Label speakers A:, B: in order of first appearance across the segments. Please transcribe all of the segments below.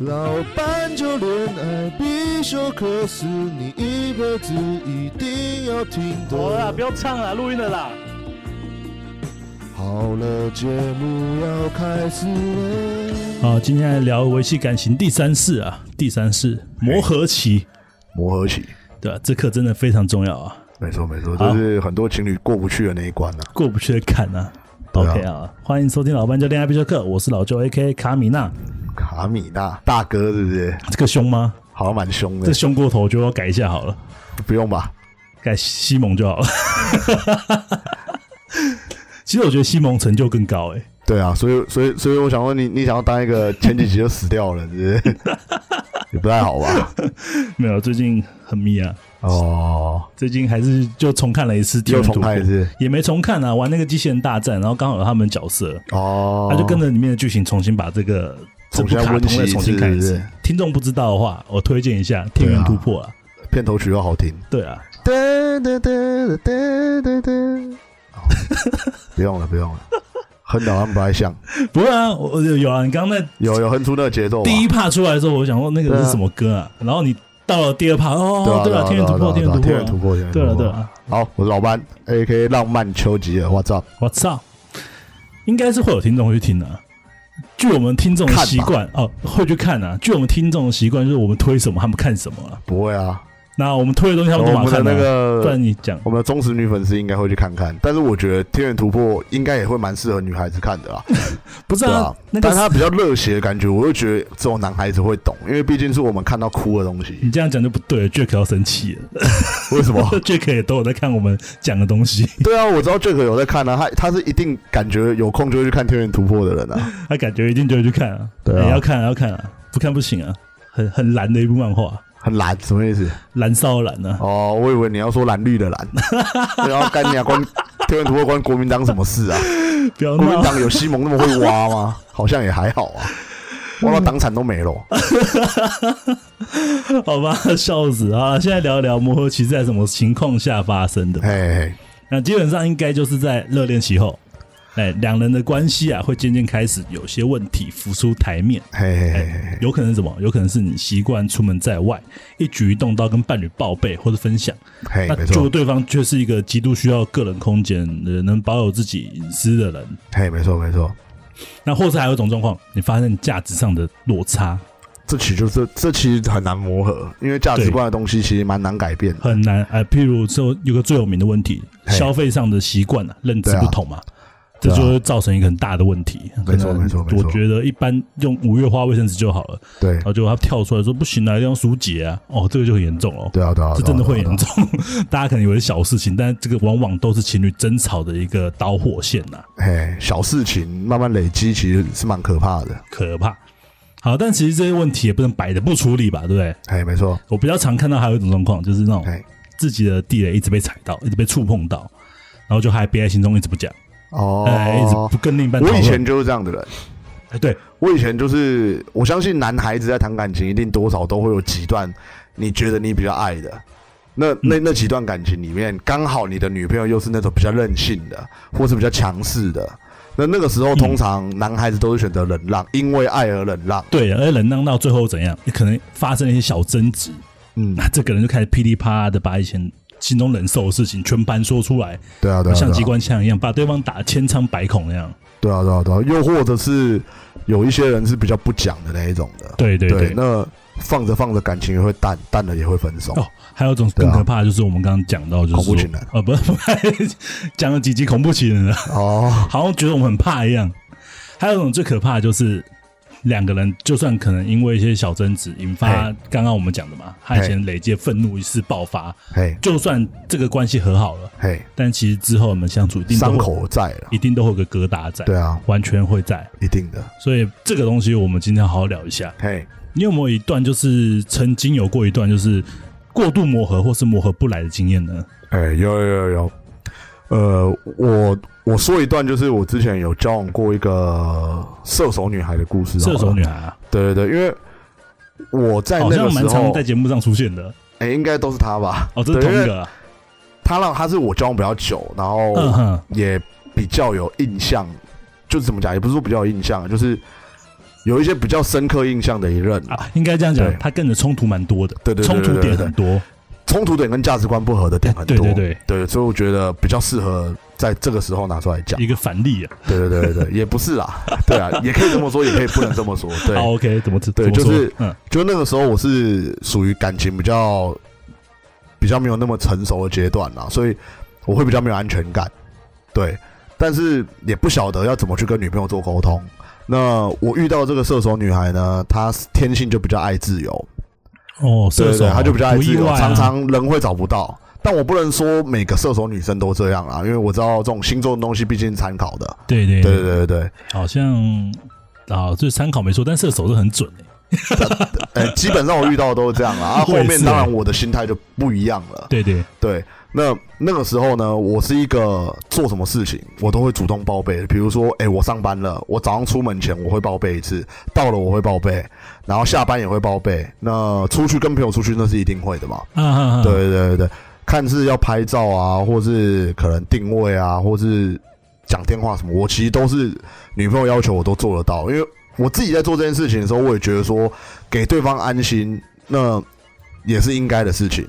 A: 老板就恋爱必修课是你一辈子一定要听
B: 好了啦，
A: 的
B: 啊不。要唱了，录音了啦。
A: 好了，节目要开始了。
C: 好，啊今天来聊维系感情第三式啊，第三式磨合期，
D: 磨合期，
C: 对吧、这课真的非常重要啊，
D: 没错没错，就是很多情侣过不去的那一关了、
C: 过不去的坎啊。OK 啊，欢迎收听老班教恋爱必修课，我是老舅 AK 卡米娜。
D: 卡米娜大哥是不是？
C: 这个凶吗？
D: 好像蛮凶
C: 这
D: 的，
C: 凶过头，我觉得我改一下好了，
D: 不用吧？
C: 改西蒙就好了。 其实我觉得西蒙成就更高诶、欸
D: 对啊，所以所以所以我想问你，你想要当一个前几集就死掉了，是不是？ 也不太好吧？
C: 没有，最近很迷啊，
D: 哦，
C: 最近还是就重看了一次《地
D: 又
C: 狱
D: 重看一次
C: 也没重看啊，玩那个机器人大战，然后刚好有他们角色，
D: 哦，
C: 他就跟着里面的剧情重新把这个这
D: 重
C: 部
D: 新
C: 卡
D: 温
C: 通
D: 习
C: 再
D: 一
C: 重新
D: 次
C: 看一
D: 是
C: 次
D: 不是。
C: 听众不知道的话，我推荐一下《天元突破》啊，
D: 片头曲 又好听，
C: 对啊，
D: 哒哒哒哒哒哒。哦不用了，不用了，哼的好像不太像，
C: 不过啊，我我有啊，你刚刚那
D: 有有哼出那个节奏吧？
C: 第一帕出来的时候，我想说那个是什么歌啊，然后你到了第二帕，
D: 对
C: 哦，
D: 啊，
C: 对了，
D: 啊
C: 天元突破，
D: 对啊对啊
C: 天
D: 天
C: 元
D: 元
C: 突
D: 突
C: 破，
D: 破，天元突
C: 对
D: 破，
C: 了对啊了，
D: 好，我是老班，A K 浪漫丘吉尔，What's up？
C: 我操，应该是会有听众会去听的啊。据我们听众的
D: 看吧
C: 习惯哦，会去看啊。据我们听众的习惯，就是我们推什么，他们看什么啊。
D: 不会啊，
C: 那我们推的东西，他们都马
D: 我
C: 上看
D: 们的
C: 啊
D: 那个
C: 不然你讲
D: 我们的忠实女粉丝应该会去看看，但是我觉得天元突破应该也会蛮适合女孩子看的啦，
C: 不是
D: 对
C: 啊
D: 啊？，
C: 那
D: 但
C: 个
D: 它比较热血的感觉，我就觉得只有男孩子会懂，因为毕竟是我们看到哭的东 西。
C: 你这样讲就不对了，Jack 要生气了。
D: 为什么？
C: Jack 也都有在看我们讲的东西，
D: 对啊，我知道 Jack 有在看啊，他他是一定感觉有空就会去看天元突破的人啊。
C: 他感觉一定就会去看啊，
D: 对啊
C: 也要看啊，要看啊，不看不行啊，很很蓝的一部漫画，
D: 很蓝什么意思？
C: 蓝骚蓝啊，
D: 哦，我以为你要说蓝绿的蓝，然后干你啊，关天元突破关国民党什么 事啊？
C: 不要
D: 国民
C: 闹，
D: 党有西蒙那么会挖吗？好像也还好啊，挖到党产都没了。
C: 好吧，笑死啊！现在聊一聊磨合期在什么情况下发生的？
D: 嘿嘿，
C: 那基本上应该就是在热恋期后，哎，两人的关系啊会渐渐开始有些问题浮出台面。
D: 嘿嘿嘿嘿，
C: 有可能是什么？有可能是你习惯出门在外，一举一动都要跟伴侣报备或者分享，
D: 嘿，
C: 那
D: 哎没
C: 就
D: 错，
C: 对方却是一个极度需要个人空间、呃能保有自己隐私的人。
D: 嘿，没错，没错。
C: 那或是还有一种状况，你发现价值上的落差
D: 这其实就是这其实很难磨合，因为价值观的东西其实蛮难改变的。
C: 很难。呃，譬如说有个最有名的问题，
D: 嘿
C: 消费上的习惯啊，认知
D: 对啊
C: 不同嘛。这
D: 对啊啊
C: 就会造成一个很大的问题。
D: 没错
C: 可能
D: 没错没
C: 我
D: 错
C: 觉得一般用五月花卫生纸就好了，
D: 对
C: 然，后结果他跳出来说不行啊，一定要疏解啊。哦，这个就很严重哦。
D: 对啊，对啊，
C: 这真的会
D: 对啊
C: 严。重。 大家可能以为是小事情，但这个往往都是情侣争吵的一个导火线呐、
D: 对啊嘿，小事情慢慢累积，其实是蛮可怕的。
C: 可怕。好，但其实这些问题也不能摆着不处理吧，对不对？
D: 嘿，没错，
C: 我比较常看到还有一种状况，就是那种
D: 嘿，
C: 自己的地雷一直被踩到，一直被触碰到，然后就还憋在心中，一直不讲，哎、一直
D: 哦
C: 不，跟另一半讨
D: 我
C: 论。
D: 以前就是这样的人。
C: 哎，对，
D: 我以前就是，我相信男孩子在谈感情，一定多少都会有几段你觉得你比较爱的。那那
C: 嗯
D: 那几段感情里面，刚好你的女朋友又是那种比较任性的，或是比较强势的。那那个时候，通常男孩子都是选择忍让，因为爱而忍让。
C: 对，而忍让到最后怎样？你可能发生了一些小争执，
D: 嗯，
C: 那这个人就开始噼里啪啦的把以前心中忍受的事情全盘说出来，
D: 对啊，对啊，对
C: 像
D: 啊
C: 机，关枪一样，把对方打得千疮百孔那样。
D: 对啊，对啊，对啊。又或者是有一些人是比较不讲的那一种的。
C: 对对对，
D: 那放着放着感情也会淡，淡了也会分手。
C: 哦，还有一种
D: 对
C: 更
D: 啊
C: 可怕的就是我们刚刚讲到，就是
D: 恐怖
C: 说
D: 情人
C: 呃，不， 不讲了几集恐怖情人了，
D: 哦，
C: 好像觉得我们很怕一样。还有一种最可怕的就是两个人，就算可能因为一些小争执引发刚刚我们讲的嘛，他以前累积的愤怒一次爆发，
D: 嘿，
C: 就算这个关系和好了，
D: 嘿，
C: 但其实之后我们相处一定都
D: 伤
C: 会
D: 口在了。
C: 一定都会有个疙瘩在，
D: 对啊，
C: 完全会在。
D: 一定的。
C: 所以这个东西我们今天好好聊一下。
D: 嘿，
C: 你有没有一段就是曾经有过一段就是过度磨合或是磨合不来的经验呢？
D: 哎、有有有有，呃，我我说一段，就是我之前有交往过一个射手女孩的故事。
C: 射手女，孩啊，
D: 对对对，因为我在
C: 好
D: 那个
C: 像蛮
D: 时
C: 常
D: 候
C: 在，节目上出现的。
D: 哎、应该都是她吧？
C: 哦，这是
D: 对
C: 同一
D: 因为
C: 个啊，
D: 她让她是我交往比较久，然
C: 嗯
D: 后
C: 哼，
D: 啊也比较有印象，就是怎么讲，也不是说比较有印象，就是有一些比较深刻印象的一任
C: 啊，应该这样讲
D: 对，
C: 他跟你的冲突蛮多的，
D: 对对对
C: 冲突
D: 对对
C: 点
D: 对
C: 很多，哎
D: 冲突点跟价值观不合的点很
C: 对
D: 多，
C: 对对
D: 所以我觉得比较适合在这个时候拿出来讲。
C: 一个反例啊。
D: 对对对对对，也不是 啦，对啊，也可以这么说，也可以不能这么说，对。
C: 好，OK，怎么啊怎
D: 对
C: 么说
D: 就是
C: 嗯，
D: 就那个时候我是属于感情比较比较没有那么成熟的阶段啦，所以我会比较没有安全感，对，但是也不晓得要怎么去跟女朋友做沟通。那我遇到这个射手女孩呢，她天性就比较爱自由，
C: 哦，射
D: 对
C: 手
D: 对，她就比较爱
C: 不
D: 自
C: 意
D: 由，
C: 外啊，
D: 常常人会找不到。但我不能说每个射手女生都这样啦，因为我知道这种星座的东西毕竟是参考的。
C: 对对
D: 对对对对对，
C: 好像啊，这参考没错，但射手是很准的。
D: 呃，基本上我遇到的都是 这样啦。啊，后
C: 我也是
D: 面当然我的心态就不一样了。
C: 对对，
D: 对，那那个时候呢，我是一个做什么事情我都会主动报备，比如说，哎、我上班了，我早上出门前我会报备一次，到了我会报备，然后下班也会报备。那出去跟朋友出去那是一定会的嘛？
C: 啊啊啊，
D: 对对对对，看是要拍照啊，或是可能定位啊，或是讲电话什么，我其实都是女朋友要求我都做得到，因为我自己在做这件事情的时候，我也觉得说给对方安心，那也是应该的事情。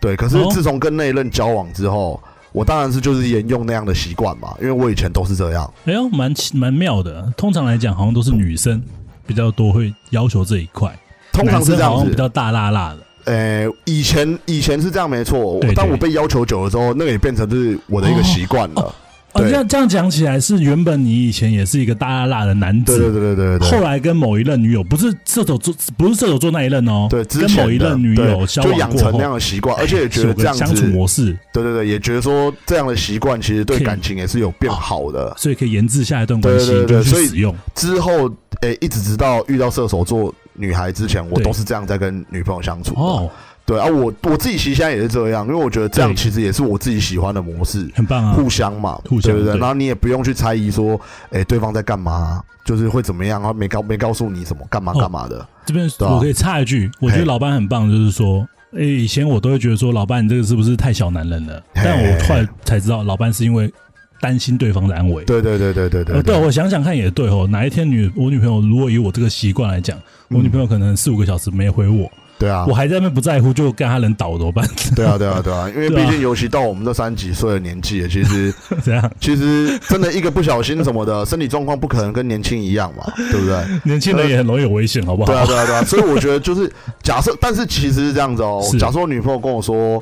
D: 对，可是
C: 哦
D: 自从跟那一任交往之后，我当然是就是沿用那样的习惯嘛，因为我以前都是这样。
C: 哎呦，蛮奇蛮妙的。通常来讲，好像都是女生比较多会要求这一块，
D: 通常是这
C: 男生好
D: 样
C: 像比
D: 子，
C: 较大辣辣的。
D: 呃，以前以前是这样没错，我
C: 对对
D: 当我被要求久了之后，那个也变成是我的一个
C: 哦
D: 习惯了。
C: 哦，
D: 对
C: 这样这样讲起来，是原本你以前也是一个大辣辣的男
D: 对对
C: 子，
D: 对对对对对。
C: 后来跟某一任女友，不是射手座，不是射手座那一任哦，
D: 对，之
C: 跟
D: 前
C: 某一
D: 的
C: 任女
D: 对
C: 友交
D: 就
C: 往
D: 养
C: 过
D: 成
C: 后哎
D: 那，样的习惯，而且也觉得
C: 有
D: 这
C: 个
D: 样
C: 相
D: 子
C: 处，模式，
D: 对对对，也觉得说这样的习惯其实对
C: 可以
D: 感情也是有变好的。
C: 所以可以研制下一段关系，
D: 对对
C: 就
D: 对所
C: 去
D: 以
C: 使用。
D: 之后，诶，一直直到遇到射手座女孩之前，我
C: 对
D: 都是这样在跟女朋友相处。哦，
C: 哦，
D: 对啊，我我自己其实现在也是这样，因为我觉得这样
C: 对
D: 其实也是我自己喜欢的模式。
C: 很棒啊！
D: 互相嘛，
C: 互相
D: 对不对？
C: 对
D: 然后你也不用去猜疑说，诶，对方在干嘛，就是会怎么样，然后没告没告诉你什么，干嘛
C: 哦
D: 干嘛的。
C: 这边
D: 啊
C: 我可以插一句，我觉得
D: 嘿
C: 老班很棒，就是说，诶，以前我都会觉得说，老班你这个是不是太小男人了？
D: 嘿
C: 但我后来才知道，老班是因为担心对方的安危。
D: 对对对对对
C: 呃
D: 对
C: 对，我想想看也对哦。哪一天女我女朋友如果以我这个习惯来讲，我女朋友可能四五个小时没回我，
D: 对啊
C: 我！还在那边不在乎，就跟她人倒怎么办？
D: 对啊，对啊，对啊，因为
C: 对啊
D: 毕竟尤其到我们这三十几岁的年纪了，其实
C: 这样
D: 其实真的一个不小心什么的，身体状况不可能跟年轻一样嘛，对不对？
C: 年轻人也很容易有危险，好不好？
D: 对啊，对啊，对啊，所以我觉得就是 假设，但是其实是这样子哦
C: 是。
D: 假设我女朋友跟我说，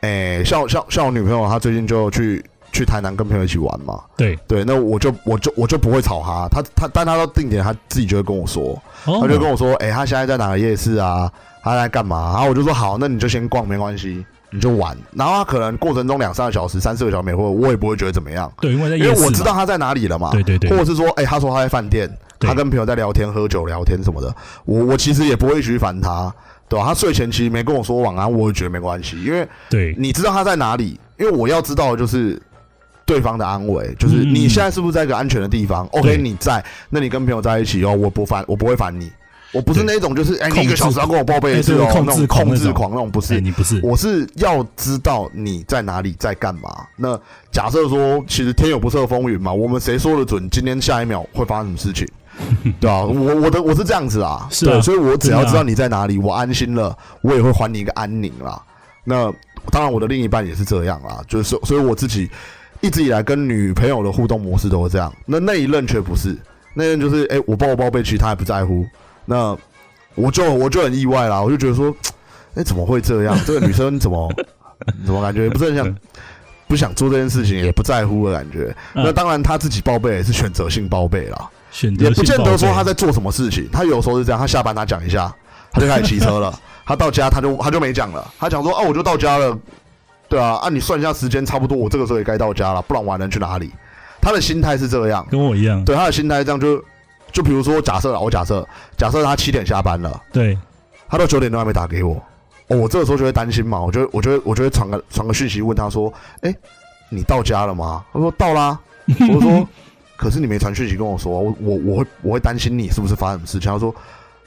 D: 哎、像像像我女朋友，她最近就去去台南跟朋友一起玩嘛，
C: 对
D: 对，那我就我就我就不会吵她，她她但她到定点，她自己就会跟我说，
C: 哦
D: 她就跟我说，哎、她现在在哪个夜市啊？她在干嘛？然后我就说好，那你就先逛，没关系，你就玩。然后她可能过程中两三个小时、三四个小时没回，我也不会觉得怎么样。
C: 对，因为在
D: 因为
C: 夜市嘛
D: 我知道他在哪里了嘛，
C: 对对对
D: 或者是说，哎、他说他在饭店，
C: 对
D: 他跟朋友在聊天、喝酒、聊天什么的，我我其实也不会去烦他，对吧、他睡前其实没跟我说晚安，我也觉得没关系，因为
C: 对哎
D: 你知道他在哪里，因为我要知道的就是对方的安危，就是
C: 嗯嗯嗯
D: 你现在是不是在一个安全的地方、o
C: 对
D: k 你在，那你跟朋友在一起哦，我不烦，我不会烦你，我不是
C: 对
D: 那种就是哎、
C: 控
D: 你一
C: 制
D: 个小时要跟我报备一次哦
C: 哎，对控
D: 那
C: 制
D: 种
C: 狂
D: 控制
C: 那种
D: 狂那种不是
C: 哎，你不是
D: 我是要知道你在哪里，在干嘛。那假设说，其实天有不测风云嘛，我们谁说得准今天下一秒会发生什 么事情？对啊，我我的我是这样子啊，
C: 是啊
D: 对，所以我只要
C: 真的啊
D: 知道你在哪里，我安心了，我也会还你一个安宁啦。那当然，我的另一半也是这样啦，就是所所以我自己一直以来跟女朋友的互动模式都是这样。那那一任却不是，那一任就是哎、我抱我包被，其实他也不在乎。那我就我就很意外啦，我就觉得说，哎、怎么会这样？这个女生怎么 怎么感觉不是很想不想做这件事情，也不在乎的感觉。
C: 嗯
D: 那当然，她自己报备也是选择性报备啦，
C: 选择
D: 也不
C: 性
D: 见
C: 报
D: 得说
C: 备
D: 她在做什么事情。她有时候是这样，她下班她讲一下，她就开始骑车了。她到家她就她就没讲了，她讲说啊我就到家了，对啊，啊你算一下时间差不多，我这个时候也该到家了，不然我还能去哪里？她的心态是这样，
C: 跟我一样，
D: 对她的心态是这样就就比如说假设啦，我假设假设她七点下班了。
C: 对
D: 他到九点都还没打给我。哦，我这个时候就会担心嘛，我就会我就会我就会传个传个讯息问他说：“哎、你到家了吗？”他说：“到啦。” 我就说：“可是你没传讯息跟我说，啊我我我会我会担心你是不是发生什么事情。”他说：“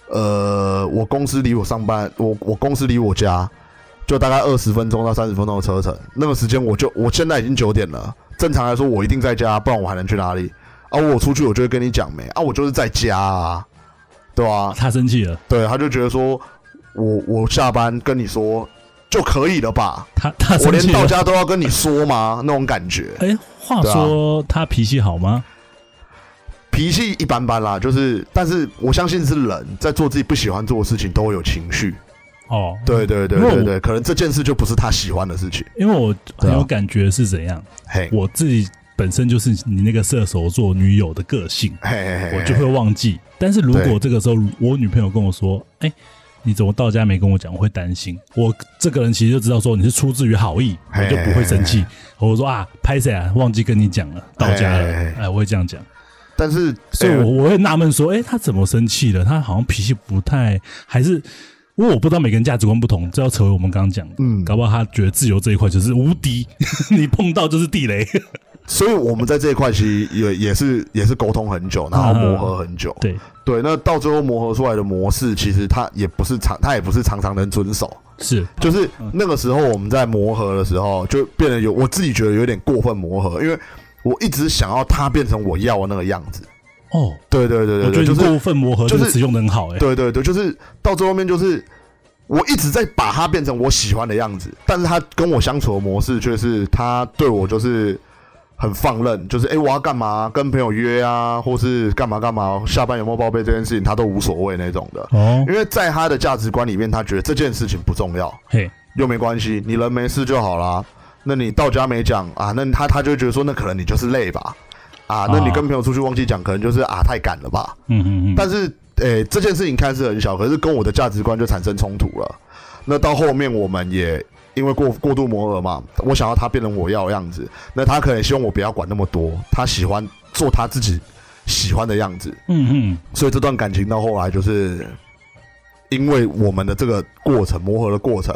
D: 呃，我公司离我上班，我我公司离我家就大概二十分钟到三十分钟的车程，那个时间我就我现在已经九点了。正常来说我一定在家，不然我还能去哪里？啊，我出去我就会跟你讲没啊，我就是在家啊。”对啊，
C: 他生气了，
D: 对，他就觉得说我我下班跟你说就可以了吧？
C: 他他
D: 我
C: 啊生
D: 连
C: 气
D: 到
C: 了。
D: 家都要跟你说吗？ 那种感觉，
C: 哎，话说
D: 啊
C: 他脾气好吗？
D: 脾气一般般啦，就是，但是我相信是人在做自己不喜欢做的事情都会有情绪，
C: 哦，，
D: 对对对
C: 因为我
D: 对对，可能这件事就不是他喜欢的事情，
C: 因为我很
D: 对
C: 有
D: 啊
C: 感觉是怎样，
D: 嘿，
C: 我自己本身就是你那个射手座女友的个性，
D: 嘿嘿嘿嘿，
C: 我就会忘记。
D: 哎
C: 但是如果
D: 对
C: 这个时候我女朋友跟我说，哎。你怎么到家没跟我讲？我会担心。我这个人其实就知道说你是出自于好意，我
D: 嘿
C: 就不会生气。我说啊，拍谁啊？忘记跟你讲了，到家了
D: 嘿嘿。嘿
C: 哎，我会这样讲。
D: 但是
C: 所以
D: 呃
C: 我我会纳闷说，哎、他怎么生气了？他好像脾气不太，还是因为我不知道每个人价值观不同，这要扯回我们刚刚讲的，
D: 嗯
C: 搞不好他觉得自由这一块就是无敌， 你碰到就是地雷，
D: 所以我们在这一块其实也也是也是沟通很久，然后磨合很久。
C: 啊对，
D: 对，那到最后磨合出来的模式，其实它也不是常，它也不是常常能遵守。
C: 是
D: 就是那个时候我们在磨合的时候，就变得有我自己觉得有点过分磨合，因为我一直想要它变成我要的那个样子。
C: 哦，
D: 对对对
C: 我
D: 对
C: 觉得你
D: 对，就是
C: 过分磨合这
D: 就
C: 个
D: 是
C: 词用的很好、哎、
D: 对对对，就是到最后面就是我一直在把它变成我喜欢的样子，但是他跟我相处的模式却是他对我就是很放任，就是哎、诶我要干嘛跟朋友约啊，或是干嘛干嘛，下班有没有报备这件事情他都无所谓那种的，
C: 哦，
D: 因为在他的价值观里面，他觉得这件事情不重要
C: 嘿，
D: 又没关系，你人没事就好啦。那你到家没讲啊，那他他就会觉得说那可能你就是累吧，啊，那你
C: 啊
D: 跟朋友出去忘记讲，可能就是啊太赶了吧，
C: 嗯嗯嗯，
D: 但是，诶、这件事情看似很小，可是跟我的价值观就产生冲突了。那到后面我们也因为过过度磨合嘛，我想要他变成我要的样子，那他可能希望我不要管那么多，他喜欢做他自己喜欢的样子。
C: 嗯嗯，
D: 所以这段感情到后来就是。因为我们的这个过程磨合的过程，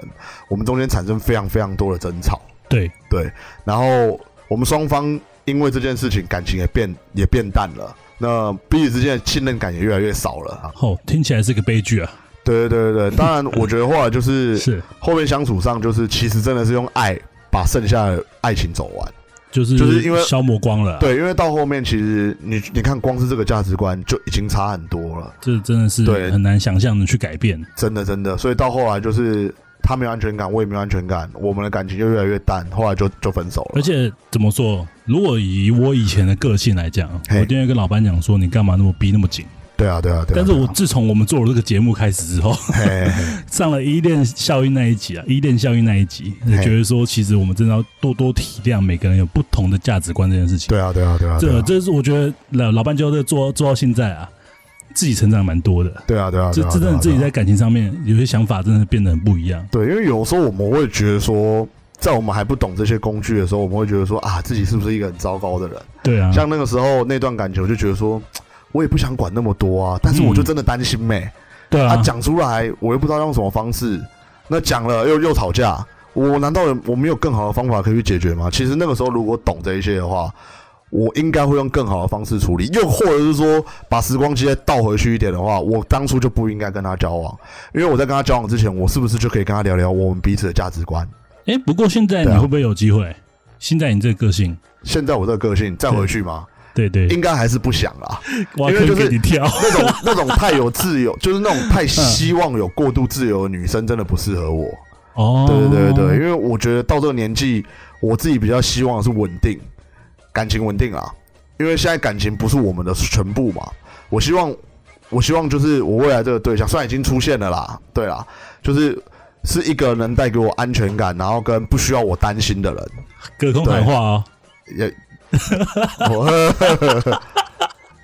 D: 我们中间产生非常非常多的争吵，
C: 对，
D: 对，然后我们双方因为这件事情感情也变也变淡了，那彼此之间的信任感也越来越少了啊。
C: 哦，听起来是个悲剧啊，
D: 对对对对，当然我觉得后来就是
C: 是，
D: 后面相处上，就是其实真的是用爱把剩下的爱情走完。
C: 就是
D: 就是因为
C: 消磨光了啊、
D: 对，因为到后面其实你你看，光是这个价值观就已经差很多了，
C: 这真的是
D: 对
C: 很难想象的去改变，
D: 真的真的。所以到后来就是他没有安全感，我也没有安全感，我们的感情就越来越淡，后来就就分手了。
C: 而且怎么说？如果以我以前的个性来讲，我
D: 嘿
C: 一定会跟老班讲说：“你干嘛那么逼那么紧
D: 对啊对啊？”对啊。
C: 但是
D: 对
C: 我
D: 啊
C: 自从我们做了这个节目开始之后，
D: 嘿嘿嘿
C: 上了依恋效应那一集啊，依恋效应那一集，
D: 嘿
C: 觉得说其实我们真的要多多体谅每个人有不同的价值观这件事情。
D: 对啊对啊对啊对
C: 这
D: 啊
C: 这是我觉得老老班就这做做到现在啊，自己成长蛮多的。
D: 对啊对啊，
C: 这
D: 对啊
C: 这真
D: 对
C: 的
D: 啊
C: 自己
D: 对啊
C: 在感情上面有些想法真的变得很不一样。
D: 对，因为有时候我们会觉得说，在我们还不懂这些工具的时候，我们会觉得说啊，自己是不是一个很糟糕的人？
C: 对啊，
D: 像那个时候那段感情，我就觉得说，我也不想管那么多啊，但是我就真的担心妹、
C: 对
D: 啊，
C: 啊，
D: 讲出来我又不知道用什么方式，那讲了又又吵架，我难道有我没有更好的方法可以去解决吗？其实那个时候如果懂这一些的话。我应该会用更好的方式处理，又或者是说，把时光机再倒回去一点的话，我当初就不应该跟他交往，因为我在跟他交往之前，我是不是就可以跟他聊聊我们彼此的价值观？
C: 哎，不过现在你
D: 对啊
C: 会不会有机会？现在你这个个性，
D: 现在我这个个性再回去吗？
C: 对对，
D: 应该还是不想啦。
C: 挖
D: 因为
C: 坑
D: 就是
C: 给你跳。
D: 那种那种太有自由，就是那种太希望有过度自由的女生，真的不适合我。
C: 哦，
D: 对对对对，因为我觉得到这个年纪，我自己比较希望的是稳定，感情稳定啊。因为现在感情不是我们的全部嘛，我希望，我希望就是我未来这个对象，虽然已经出现了啦，对啦，就是是一个能带给我安全感，然后跟不需要我担心的人。
C: 隔空喊话哦。
D: 也，我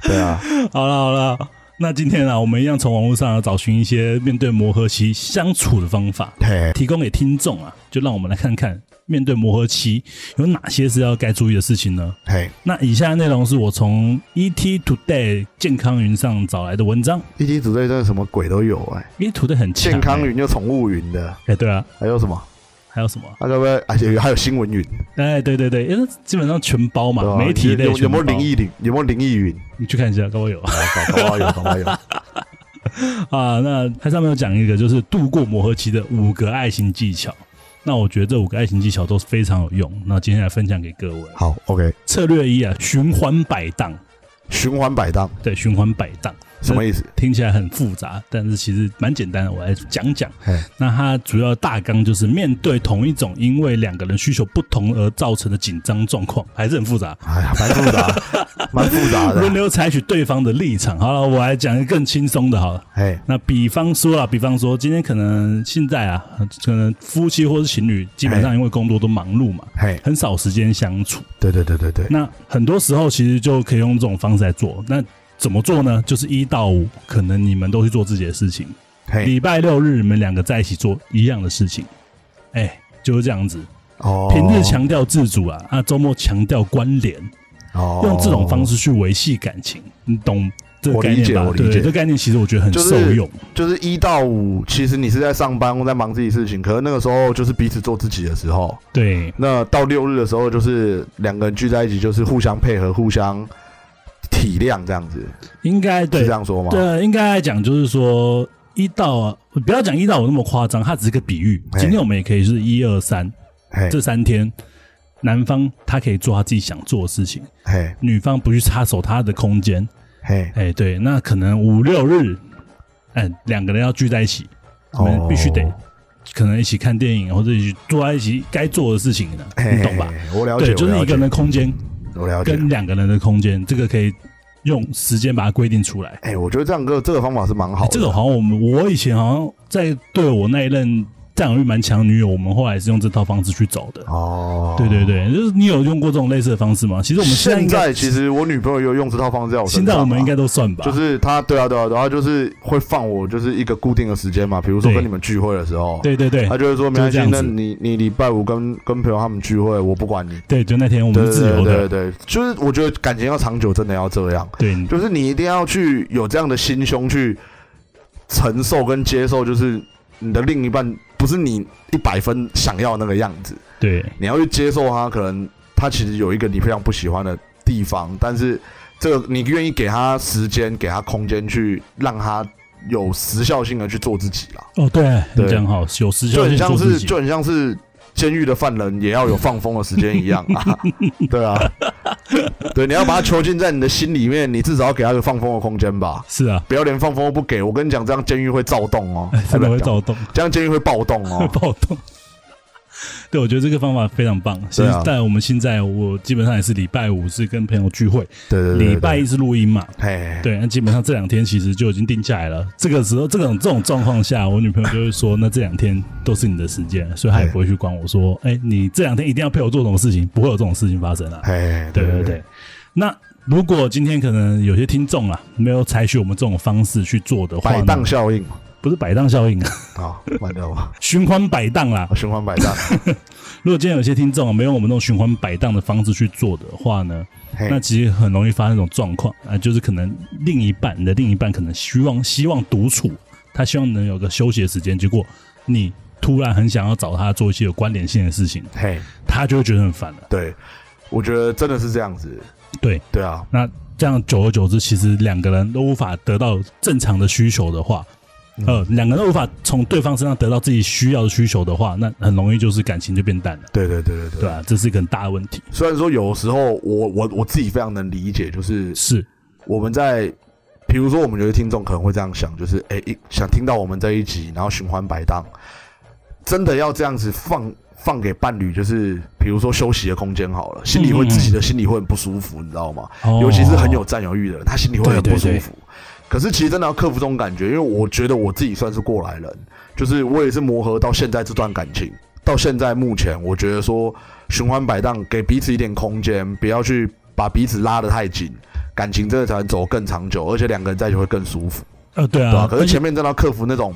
D: 对啊，
C: 好了好了，那今天啊，我们一样从网络上找寻一些面对磨合期相处的方法，
D: 嘿，
C: 提供给听众啊，就让我们来看看面对磨合期有哪些是要该注意的事情呢？
D: 嘿。
C: 那以下内容是我从 ET Today 健康云上找来的文章。
D: 一级组队真的什么鬼都有哎、
C: ET Today 很强、
D: 健康
C: 哎、
D: 云就宠物云的，
C: 对啊，
D: 还有什么？
C: 还有什么？
D: 啊，该不会而且还有新闻云，
C: 哎，对对对，因为基本上全包嘛，
D: 对吧
C: 媒体类
D: 有有有没有
C: 全包
D: 灵？异云？有没有灵异云？
C: 你去看一下，各位有。
D: 哎搞搞不好有，搞不好有。
C: 啊，那它上面有讲一个，就是度过磨合期的五个爱情技巧。那我觉得这五个爱情技巧都是非常有用。那今天来分享给各位。
D: 好，OK，
C: 策略一啊，循环摆荡，
D: 循环摆荡，
C: 对，循环摆荡。
D: 什么意思？
C: 听起来很复杂，但是其实蛮简单的。我来讲讲
D: 嘿，
C: 那它主要大纲就是面对同一种因为两个人需求不同而造成的紧张状况，还是很复杂。
D: 哎呀，蛮复杂，蛮复杂
C: 轮
D: 的。
C: 流采取对方的立场。好了，我来讲一个更轻松的，好了。
D: 哎，
C: 那比方说啊，比方说今天可能现在啊，可能夫妻或是情侣，基本上因为工作都忙碌嘛，
D: 嘿，
C: 很少时间相处。
D: 对对对对对，
C: 那很多时候其实就可以用这种方式来做。那怎么做呢？就是一到五，可能你们都去做自己的事情，
D: 嘿，
C: 礼拜六日你们两个在一起做一样的事情，哎、就是这样子。
D: 哦，
C: 平日强调自主啊，啊，周末强调关联，
D: 哦，
C: 用这种方式去维系感情，你懂这个
D: 我
C: 概
D: 理解
C: 念吧？
D: 我理
C: 对，
D: 解
C: 这概念其实我觉得很
D: 就是
C: 受用。
D: 就是一到五，其实你是在上班或在忙自己事情，可是那个时候就是彼此做自己的时候。
C: 对，
D: 那到六日的时候，就是两个人聚在一起，就是互相配合、互相体谅这样子，
C: 应该
D: 是
C: 对
D: 这样说吗？
C: 对，应该来讲就是说一到不要讲一到五那么夸张，它只是个比喻。
D: 哎
C: 今天我们也可以是一二三
D: 嘿，
C: 这三天，男方他可以做他自己想做的事情，
D: 嘿，
C: 女方不去插手他的空间。
D: 嘿，
C: 哎，对，那可能五六日，哎，两个人要聚在一起，我们必须得
D: 哦
C: 可能一起看电影，或者一起坐在一起该做的事情呢，
D: 嘿
C: 你懂吧？？
D: 嘿我了解，
C: 对，就是
D: 我了
C: 一
D: 解
C: 个人的空间
D: 我了解
C: 跟。两个人的空间，这个可以用时间把它规定出来。
D: 哎，我觉得这样个这个方法是蛮好
C: 欸
D: 的。
C: 这个好像我们我以前好像在对我那一任占有欲蛮强的女友，我们后来是用这套方式去走的。
D: 哦，
C: 对对对，就是你有用过这种类似的方式吗？其实我们现在
D: 现
C: 应该
D: 在其实我女朋友有用这套方式在我身
C: 现
D: 上啊
C: 在我们应该都算吧，
D: 就是她，对啊对啊，对啊她就是会放我就是一个固定的时间嘛，比如说
C: 对
D: 跟你们聚会的时候，
C: 对对对
D: 他就会说没关系
C: 就，是这
D: 那
C: 样子
D: 你你礼拜五跟跟朋友他们聚会，我不管你。
C: 对，就那天我们
D: 对
C: 是自
D: 对对
C: 由
D: 对
C: 的，
D: 对，就是我觉得感情要长久，真的要这样，
C: 对
D: 就是你一定要去有这样的心胸去承受跟接受，就是你的另一半不是你一百分想要那个样子，
C: 对
D: 你要去接受他，可能他其实有一个你非常不喜欢的地方，但是这个你愿意给他时间，给他空间去让他有时效性的去做自己啦。
C: 哦对，
D: 对
C: 你讲好，有时
D: 就
C: 效
D: 很
C: 性
D: 像
C: 做自
D: 是
C: 己
D: 就，很像是监狱的犯人也要有放风的时间一样 啊，对啊，对，你要把他囚禁在你的心里面，你至少要给他个放风的空间吧，
C: 是啊，
D: 不要连放风都不给我跟你讲，这样监狱会躁动哦，
C: 哎真的会
D: 我跟你讲，
C: 躁动，
D: 这样监狱会暴动
C: 会
D: 哦，
C: 暴动。对，我觉得这个方法非常棒。
D: 对
C: 现
D: 啊
C: 在我们现在我基本上也是礼拜五是跟朋友聚会，
D: 对对对对，
C: 礼拜一是录音嘛，
D: 嘿，
C: 对，那基本上这两天其实就已经定下来了。这个时候，这种这种状况下，我女朋友就会说，那这两天都是你的时间，所以她也不会去管我说，哎、你这两天一定要陪我做什么事情，不会有这种事情发生啊。
D: 嘿，
C: 对对对。那如果今天可能有些听众啊，没有采取我们这种方式去做的话
D: 摆
C: 呢
D: 荡，效应
C: 不是摆荡效应啊，
D: 啊，完了吧，
C: 循环摆荡啦。
D: 循环摆荡，
C: 如果今天有些听众啊，没有我们那种循环摆荡的方式去做的话呢，
D: 嘿
C: 那其实很容易发生一种状况啊，就是可能另一半，你的另一半可能希望希望独处，他希望能有个休息的时间，结果你突然很想要找他做一些有关联性的事情，
D: 嘿，
C: 他就会觉得很烦了。
D: 对，我觉得真的是这样子，
C: 对，
D: 对啊，
C: 那这样久而久之，其实两个人都无法得到正常的需求的话，呃，两个人都无法从对方身上得到自己需要的需求的话，那很容易就是感情就变淡了，
D: 对对对对对
C: 对吧、这是一个很大的问题。
D: 虽然说有时候我我我自己非常能理解，就是
C: 是，
D: 我们在，比如说我们有些听众可能会这样想，就是哎、诶一想听到我们这一集，然后循环摆荡，真的要这样子放放给伴侣，就是比如说休息的空间好了，心里会
C: 嗯嗯嗯
D: 自己的心里会很不舒服，你知道吗？
C: 哦
D: 尤其是很有占有欲的人，他心里会很不舒
C: 对对
D: 服。可是其实真的要克服这种感觉，因为我觉得我自己算是过来人，就是我也是磨合到现在这段感情，到现在目前，我觉得说循环摆荡，给彼此一点空间，不要去把彼此拉得太紧，感情真的才能走更长久，而且两个人在一起会更舒服，
C: 呃，对
D: 对吧、
C: 啊，
D: 可是前面真的要克服那种，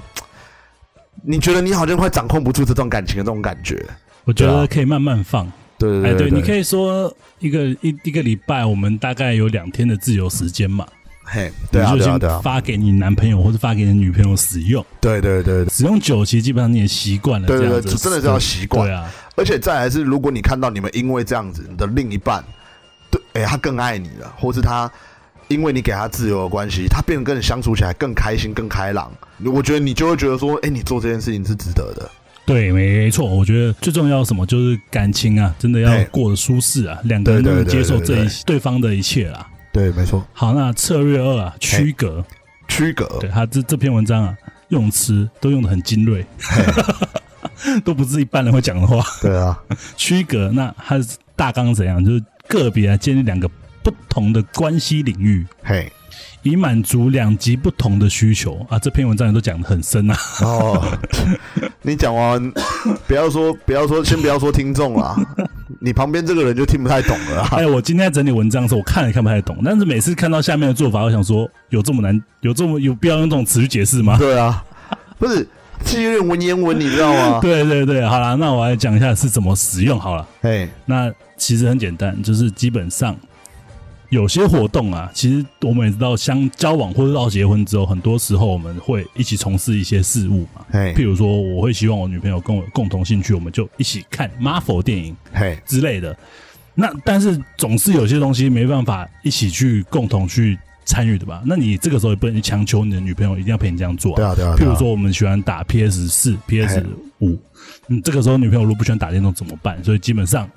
D: 你觉得你好像快掌控不住这段感情的这种感觉，
C: 我觉
D: 对
C: 得
D: 啊
C: 可以慢慢放。
D: 对
C: 哎，对，
D: 对对
C: 你可
D: 以，
C: 以说一个一一个礼拜，我们大概有两天的自由时间嘛，
D: 嘿，对啊
C: 你就
D: 对啊
C: 先
D: 对啊，
C: 发给你男朋友或者发给你女朋友使用，
D: 对对对对
C: 使用久，其实基本上你也习惯了
D: 对
C: 这
D: 对
C: 样
D: 对，
C: 子，
D: 真的是要习惯
C: 对。啊，
D: 而且再来是，如果你看到你们因为这样子，你的另一半，对，哎、他更爱你了，或是他因为你给他自由的关系，他变得跟你相处起来更开心、更开朗，我觉得你就会觉得说，哎、你做这件事情是值得的。
C: 对，没错，我觉得最重要是什么，就是感情啊，真的要
D: 嘿
C: 过得舒适啊，两个人
D: 对
C: 都
D: 对
C: 能
D: 对
C: 接受
D: 对
C: 这一
D: 对
C: 对方的一切啦。
D: 对，没错。
C: 好，那策略二啊，区隔，
D: 区隔，
C: 对他这这篇文章啊，用词都用的很精锐， 都不是一般人会讲的话。
D: 对 啊，
C: 区隔那它是大纲是怎样？就是个别啊建立两个不同的关系领域，
D: 嘿，
C: 以满足两极不同的需求啊。这篇文章也都讲的很深啊，
D: 哦， 你讲完，不要说不要说，先不要说听众啦，你旁边这个人就听不太懂了啊。
C: 哎，我今天在整理文章的时候，我看也看不太懂，但是每次看到下面的做法，我想说，有这么难，有这么有必要用这种词去解释吗？
D: 对啊，不是，是有点文言文，你知道吗？
C: 对对对，好啦，那我来讲一下是怎么使用好了。
D: 嘿，
C: 那其实很简单，就是基本上有些活动啊，其实我们也知道，相交往或者到结婚之后，很多时候我们会一起从事一些事物嘛。
D: 嘿
C: 譬，如说，我会希望我女朋友跟我有共同兴趣，我们就一起看 Marvel 电影
D: 嘿，
C: 之类的。那但是总是有些东西没办法一起去共同去参与的吧？那你这个时候也不能强求你的女朋友一定要陪你这样做、
D: 对啊，对啊，
C: 譬
D: 对啊
C: 如，说我们喜欢打 PS 四、PS 五，嗯，这个时候女朋友如果不喜欢打电动怎么办？所以基本上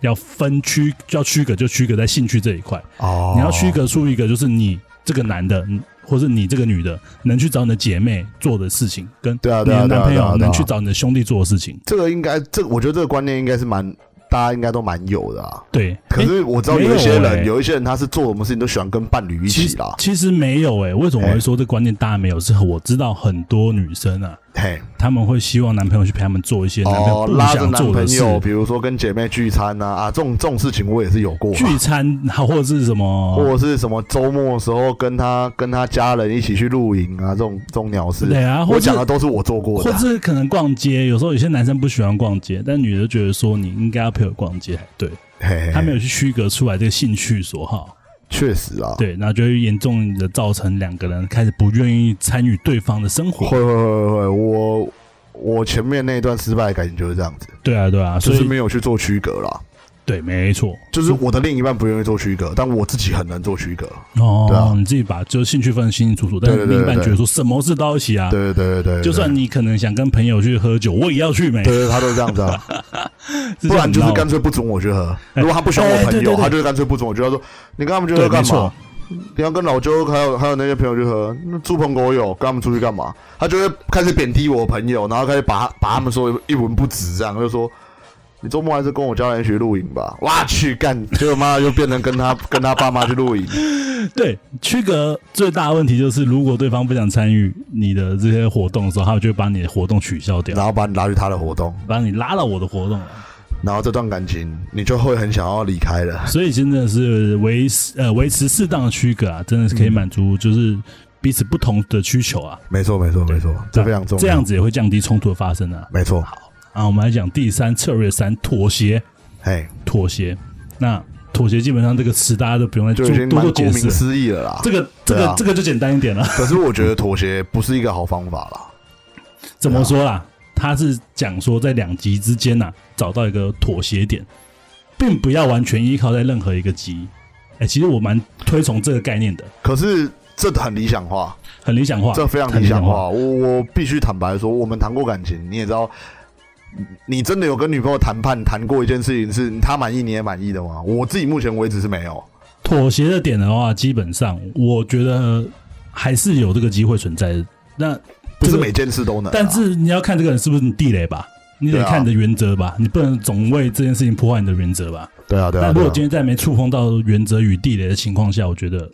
C: 要分区，要区隔就区隔在兴趣这一块，
D: 哦，
C: 你要区隔出一个就是你这个男的。嗯或是你这个女的能去找你的姐妹做的事情，跟
D: 对啊
C: 你
D: 对
C: 的
D: 啊对啊
C: 男朋
D: 对啊
C: 友
D: 对啊
C: 能去找你的兄弟做的事情，
D: 这个应该，这个我觉得这个观念应该是蛮，大家应该都蛮有的啊。
C: 对。
D: 可
C: 诶
D: 是我知道
C: 没有
D: 有一些
C: 欸
D: 人，有一些人他是做什么事情都喜欢跟伴侣一
C: 其
D: 起
C: 实
D: 啦。
C: 其实没有诶、为什么我会说这观念大家没有？是我知道很多女生啊，
D: 嘿，
C: 她们会希望男朋友去陪她们做一些男朋友
D: 哦，
C: 不
D: 拉着
C: 想
D: 男
C: 做
D: 朋
C: 的事，
D: 友，比如说跟姐妹聚餐呐，啊，这种这种事情我也是有过啊。
C: 聚餐好或者是什
D: 或
C: 么？
D: 者是什么周末的时候跟他跟他家人一起去露营啊，这种这种鸟事，
C: 对啊或
D: 我
C: 是
D: 讲的都是我做过
C: 或
D: 的
C: 者
D: 啊。
C: 是可能逛街，有时候有些男生不喜欢逛街，但女的觉得说你应该要陪我逛街才对，
D: 嘿嘿
C: 他没
D: 嘿，
C: 有去区隔出来这个兴趣所
D: 哦
C: 好，
D: 确实啊，
C: 对，那就会严重的造成两个人开始不愿意参与对方的生
D: 会
C: 活。
D: 会会会会，我我前面那一段失败的感情就是这样子，
C: 对啊，对啊，
D: 就
C: 所
D: 是
C: 以
D: 没有去做区隔啦。
C: 对，没错，
D: 就是我的另一半不愿意做区隔，但我自己很能做区隔。对
C: 哦
D: 啊，
C: 你自己把就是兴趣分得清清楚楚，但
D: 对
C: 是
D: 对对
C: 另一半
D: 对
C: 觉得说什么事都要一起啊，
D: 对对对对对，对
C: 就算你可能想跟朋友去喝酒，我也要去没，
D: 对对，他都这样子啊，
C: 是
D: 不
C: 这样
D: 然就
C: 闹
D: 是
C: 的
D: 干脆不准我去喝。如果他不喜欢我
C: 哎对
D: 朋
C: 对
D: 友，
C: 对
D: 他就是干脆不准我去。他说你跟他们去
C: 对，
D: 喝
C: 没
D: 干嘛
C: 错？，
D: 你要跟老周还有还有那些朋友去喝，那猪朋狗友跟他们出去干嘛？他就会开始贬低我朋友，然后开始把把他们说一文不值，这样就说你周末还是跟我家人一起露营吧。哇去干，结果妈就变成跟他跟他爸妈去露营。
C: 对，区隔最大的问题就是，如果对方不想参与你的这些活动的时候，他就会把你的活动取消掉
D: 然，后把你拉去他的活动，
C: 把你拉到我的活动了。
D: 然后这段感情你就会很想要离开了。
C: 所以真的是维呃维持适当的区隔啊，真的是可以满足就是彼此不同的需求啊，
D: 没错，没错，没错，这非常重要。
C: 这样子也会降低冲突的发生啊。
D: 没错，
C: 啊，我们来讲第三策略三妥协，
D: 嘿，
C: 妥协。那妥协基本上这个词大家都不用再
D: 就
C: 多
D: 已经
C: 多
D: 蛮
C: 做
D: 顾
C: 解释
D: 名
C: 了，
D: 思义了啦。
C: 这个这
D: 对
C: 个
D: 啊
C: 这个就简单一点了。
D: 可是我觉得妥协不是一个好方法啦。
C: 怎么说啦？他是讲说在两极之间呐、找到一个妥协点，并不要完全依靠在任何一个极。哎、其实我蛮推崇这个概念的，
D: 可是这很理想化，
C: 很理想化，
D: 这非常
C: 啊很
D: 理想
C: 化。
D: 化。我我必须坦白说，我们谈过感情，你也知道，你真的有跟女朋友谈判谈过一件事情是她满意你也满意的吗？我自己目前为止是没有。
C: 妥协的点的话，基本上我觉得还是有这个机会存在的。那、这
D: 不是
C: 个
D: 每件事都能啊、
C: 但是你要看这个人是不是你地雷吧，你得
D: 对啊
C: 看你的原则吧，你不能总为这件事情破坏你的原则吧。
D: 对啊，对
C: 那
D: 啊，
C: 如果今
D: 对啊
C: 天在没触碰到原则与地雷的情况下，我觉得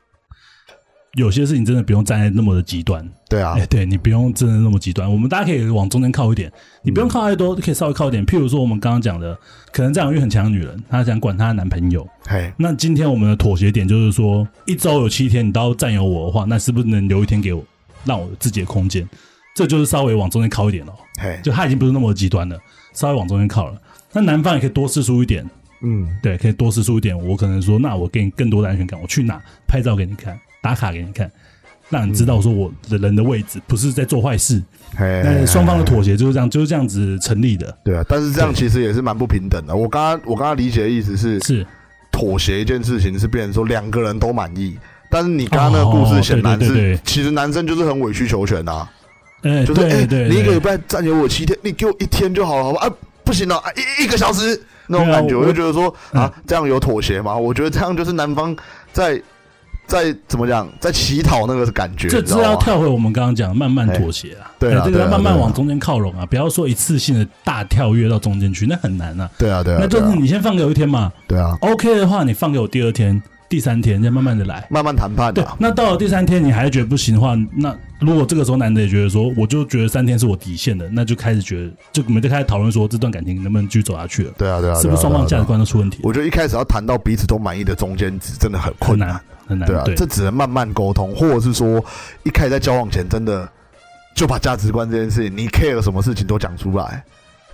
C: 有些事情真的不用站在那么的极端。
D: 对啊
C: 哎、，对你不用真的那么极端，我们大家可以往中间靠一点，你不用靠太多，可以稍微靠一点。譬如说我们刚刚讲的，可能占有欲很强的女人，她想管她的男朋友。
D: 嘿，
C: 那今天我们的妥协点就是说，一周有七天你都要占有我的话，那是不是能留一天给我，让我有自己的空间？这就是稍微往中间靠一点哦，
D: 嘿，
C: 就她已经不是那么极端了，稍微往中间靠了。那男方也可以多试出一点，
D: 嗯，
C: 对，可以多试出一点。我可能说，那我给你更多的安全感，我去哪拍照给你看，打卡给你看，让你知道说我的人的位置，不是在做坏事。
D: 嘿，
C: 那
D: 嘿
C: 双方的妥协就是这样，就是这样子成立的。
D: 对啊，但是这样其实也是蛮不平等的。我刚刚我刚刚理解的意思是，
C: 是，
D: 妥协一件事情是变成说两个人都满意，但是你刚刚那个
C: 哦
D: 故事显然
C: 对
D: 是，
C: 对对对
D: 其实男生就是很委曲求全啊，
C: 哎、
D: 就是哎
C: 对对，
D: 你一个
C: 对
D: 礼拜占有我七天，你给我一天就好了，好吧？啊，不行了，啊一一个小时那种
C: 对啊
D: 感觉，
C: 我
D: 我就觉得说
C: 嗯
D: 啊，这样有妥协吗？我觉得这样就是男方在在怎么讲，在乞讨那个感觉，
C: 这
D: 你知
C: 这
D: 道
C: 要
D: 吗
C: 跳回我们刚刚讲的慢慢妥协啊，
D: 对啊
C: 这个
D: 对啊
C: 要慢慢
D: 对啊
C: 往中间靠拢啊，不要说一次性的大跳跃到中间去，那很难啊。
D: 对啊，对啊，
C: 那就是你先放给我一天嘛
D: 对啊，
C: ，OK 的话你放给我第二天、第三天，再慢慢的来。
D: 慢慢谈判
C: 对
D: 啊，，
C: 那到了第三天你还觉得不行的话，那如果这个时候男的也觉得说，我就觉得三天是我底线的，那就开始觉得，就我们就开始讨论说这段感情能不能继续走下去了，
D: 对啊，对啊，
C: 是不是
D: 对啊
C: 双方价值？
D: 对啊对啊
C: 观都出问题了？
D: 我觉得一开始要谈到彼此都满意的中间值，真的很困
C: 很
D: 难
C: 难。，很难，
D: 对啊，这只能慢慢沟通，或者是说一开始在交往前真的就把价值观这件事情，你 care 什么事情都讲出来，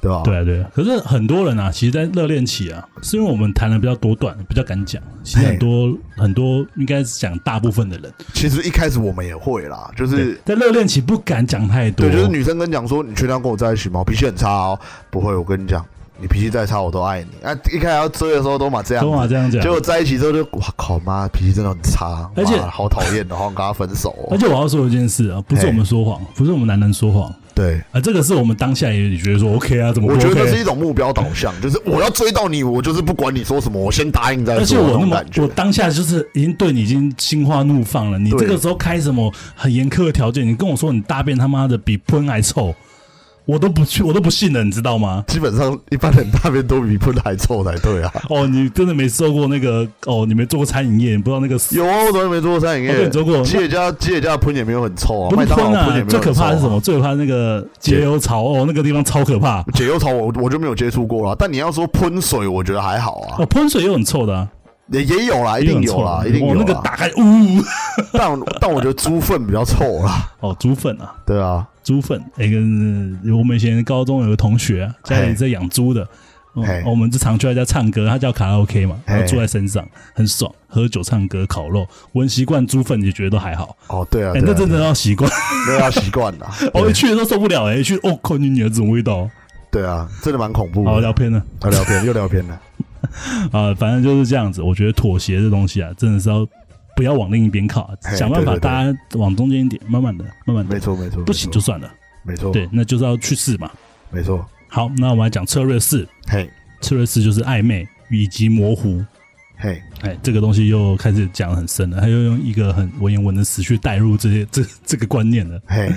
D: 对吧？
C: 对啊，对啊。可是很多人啊，其实，在热恋期啊，是因为我们谈的比较多段，比较敢讲。其实很多很多，应该是讲大部分的人，
D: 其实一开始我们也会啦，就是。
C: 在热恋期不敢讲太多。
D: 对，就是女生跟你讲说，你确定要跟我在一起吗？我脾气很差哦，不会，我跟你讲，你脾气再差我都爱你。啊，一开始要追的时候都嘛这样
C: 都嘛
D: 子，
C: 这样讲
D: 结。果在一起之后就，哇靠妈，脾气真的很差，
C: 而且
D: 妈好讨厌哦，好想跟他分手哦。
C: 而且我要说一件事啊，不是我们说谎，不是我们男人说谎
D: 对，
C: 啊，这个是我们当下也觉得说 OK 啊，怎么
D: 我
C: 不
D: 觉得这是
C: OK？
D: 一种目标导向，就是我要追到你，我就是不管你说什么，我先答应再
C: 而且
D: 说。那
C: 我那
D: 种
C: 么
D: 感，觉
C: 我当下就是已经对你已经心花怒放了。你这
D: 对
C: 个时候开什么很严苛的条件？你跟我说你大便他妈的比喷还臭，我都不去，我都不信了，你知道吗？
D: 基本上一般人大便都比喷还臭才对 啊。
C: 哦，你真的没做过那个哦，你没做过餐饮业，你不知道那个
D: 有啊，我怎么没做过餐饮
C: 我跟
D: 业？
C: 哦你做过
D: 吉野家吉野家的喷也没有很臭啊，
C: 不
D: 麦
C: 是
D: 当
C: 喷
D: 劳喷也
C: 啊，
D: 没有
C: 最
D: 很
C: 可
D: 臭
C: 怕的是什
D: 啊
C: 么？最可怕的那个节油槽哦，那个地方超可怕。
D: 解忧草我我就没有接触过啦，但你要说喷水，我觉得还好啊
C: 哦，，喷水也很臭的、啊，
D: 也也有啦，一
C: 也
D: 定
C: 很
D: 有
C: 臭
D: 啦，
C: 的
D: 一定
C: 哦
D: 有
C: 那个
D: 啦。
C: 打开，呜，
D: 但但我觉得猪粪比较臭啦，
C: 哦，猪粪啊，
D: 对啊，
C: 猪粪。哎、跟我们以前高中有个同学、啊，家里在养猪的。哦
D: 嘿，
C: 我们就常去他家唱歌，他叫卡拉 OK 嘛，然后住在山上，很爽，喝酒、唱歌、烤肉，闻习惯猪粪也觉得都还好，
D: 哦对啊，
C: 哎、
D: 对啊
C: 那真的要习惯。
D: 那要习惯 啦。
C: 我
D: 对啊
C: 一去的时候受不了、哎，一去，哦靠，你女儿这种味道，
D: 对啊，真的蛮恐怖的。
C: 好聊偏了。
D: 啊聊偏又聊偏了，
C: 啊，反正就是这样子。我觉得妥协这东西啊，真的是要不要往另一边靠啊，
D: 嘿
C: 想办法
D: 对对对
C: 大家往中间一点，慢慢的，慢慢
D: 没
C: 的，
D: 错没错，
C: 不行
D: 没
C: 就
D: 错
C: 算了。
D: 没错，
C: 对，那就是要去试嘛。
D: 没错，
C: 好，那我们来讲策略四，
D: 嘿
C: 策略四就是暧昧以及模糊。
D: 嘿，
C: 哎，这个东西又开始讲得很深了，他又用一个很文言文的词去带入这些这这个观念了。
D: 嘿，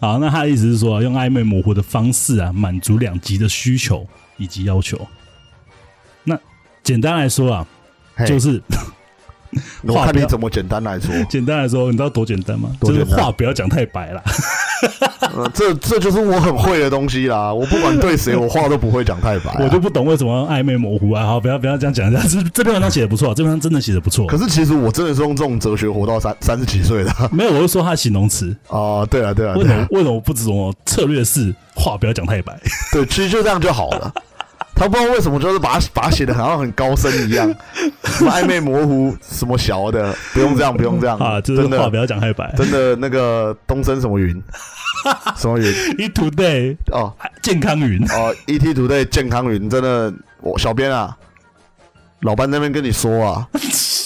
C: 好，那他的意思是说啊，用暧昧模糊的方式啊，满足两极的需求以及要求。那简单来说啊，
D: 嘿
C: 就是
D: 我
C: 话
D: 看
C: 不
D: 你
C: 要
D: 怎么简单来说，
C: 简单来说，你知道多简单吗？
D: 多简单
C: 就是话不要讲太白 啦。
D: 呃这这就是我很会的东西啦。我不管对谁，我话都不会讲太白啊、
C: 我就不懂为什么要暧昧模糊啊！好，不要不要这样讲。这这篇文章写的不错，这篇文章真的写的不错
D: 可。是其实我真的是用这种哲学活到三三十几岁的啊、
C: 没有，我是说他的形容词。
D: 对啊，对啊，
C: 为
D: 对
C: 什么
D: 啊，
C: 为什么不怎么策略是话不要讲太白？
D: 对，其实就这样就好了。他不知道为什么，就是把它把它写的好像很高深一样，什么暧昧模糊，什么小的，不用这样，不用这样
C: 啊，就是
D: 真
C: 话不
D: 的
C: 要讲太白。
D: 真的那个东升什么云，什么云
C: 一 today 啊
D: 哦
C: 健康云，
D: 哦，ET Today 健康云真的，我小编啊，老班那边跟你说 啊，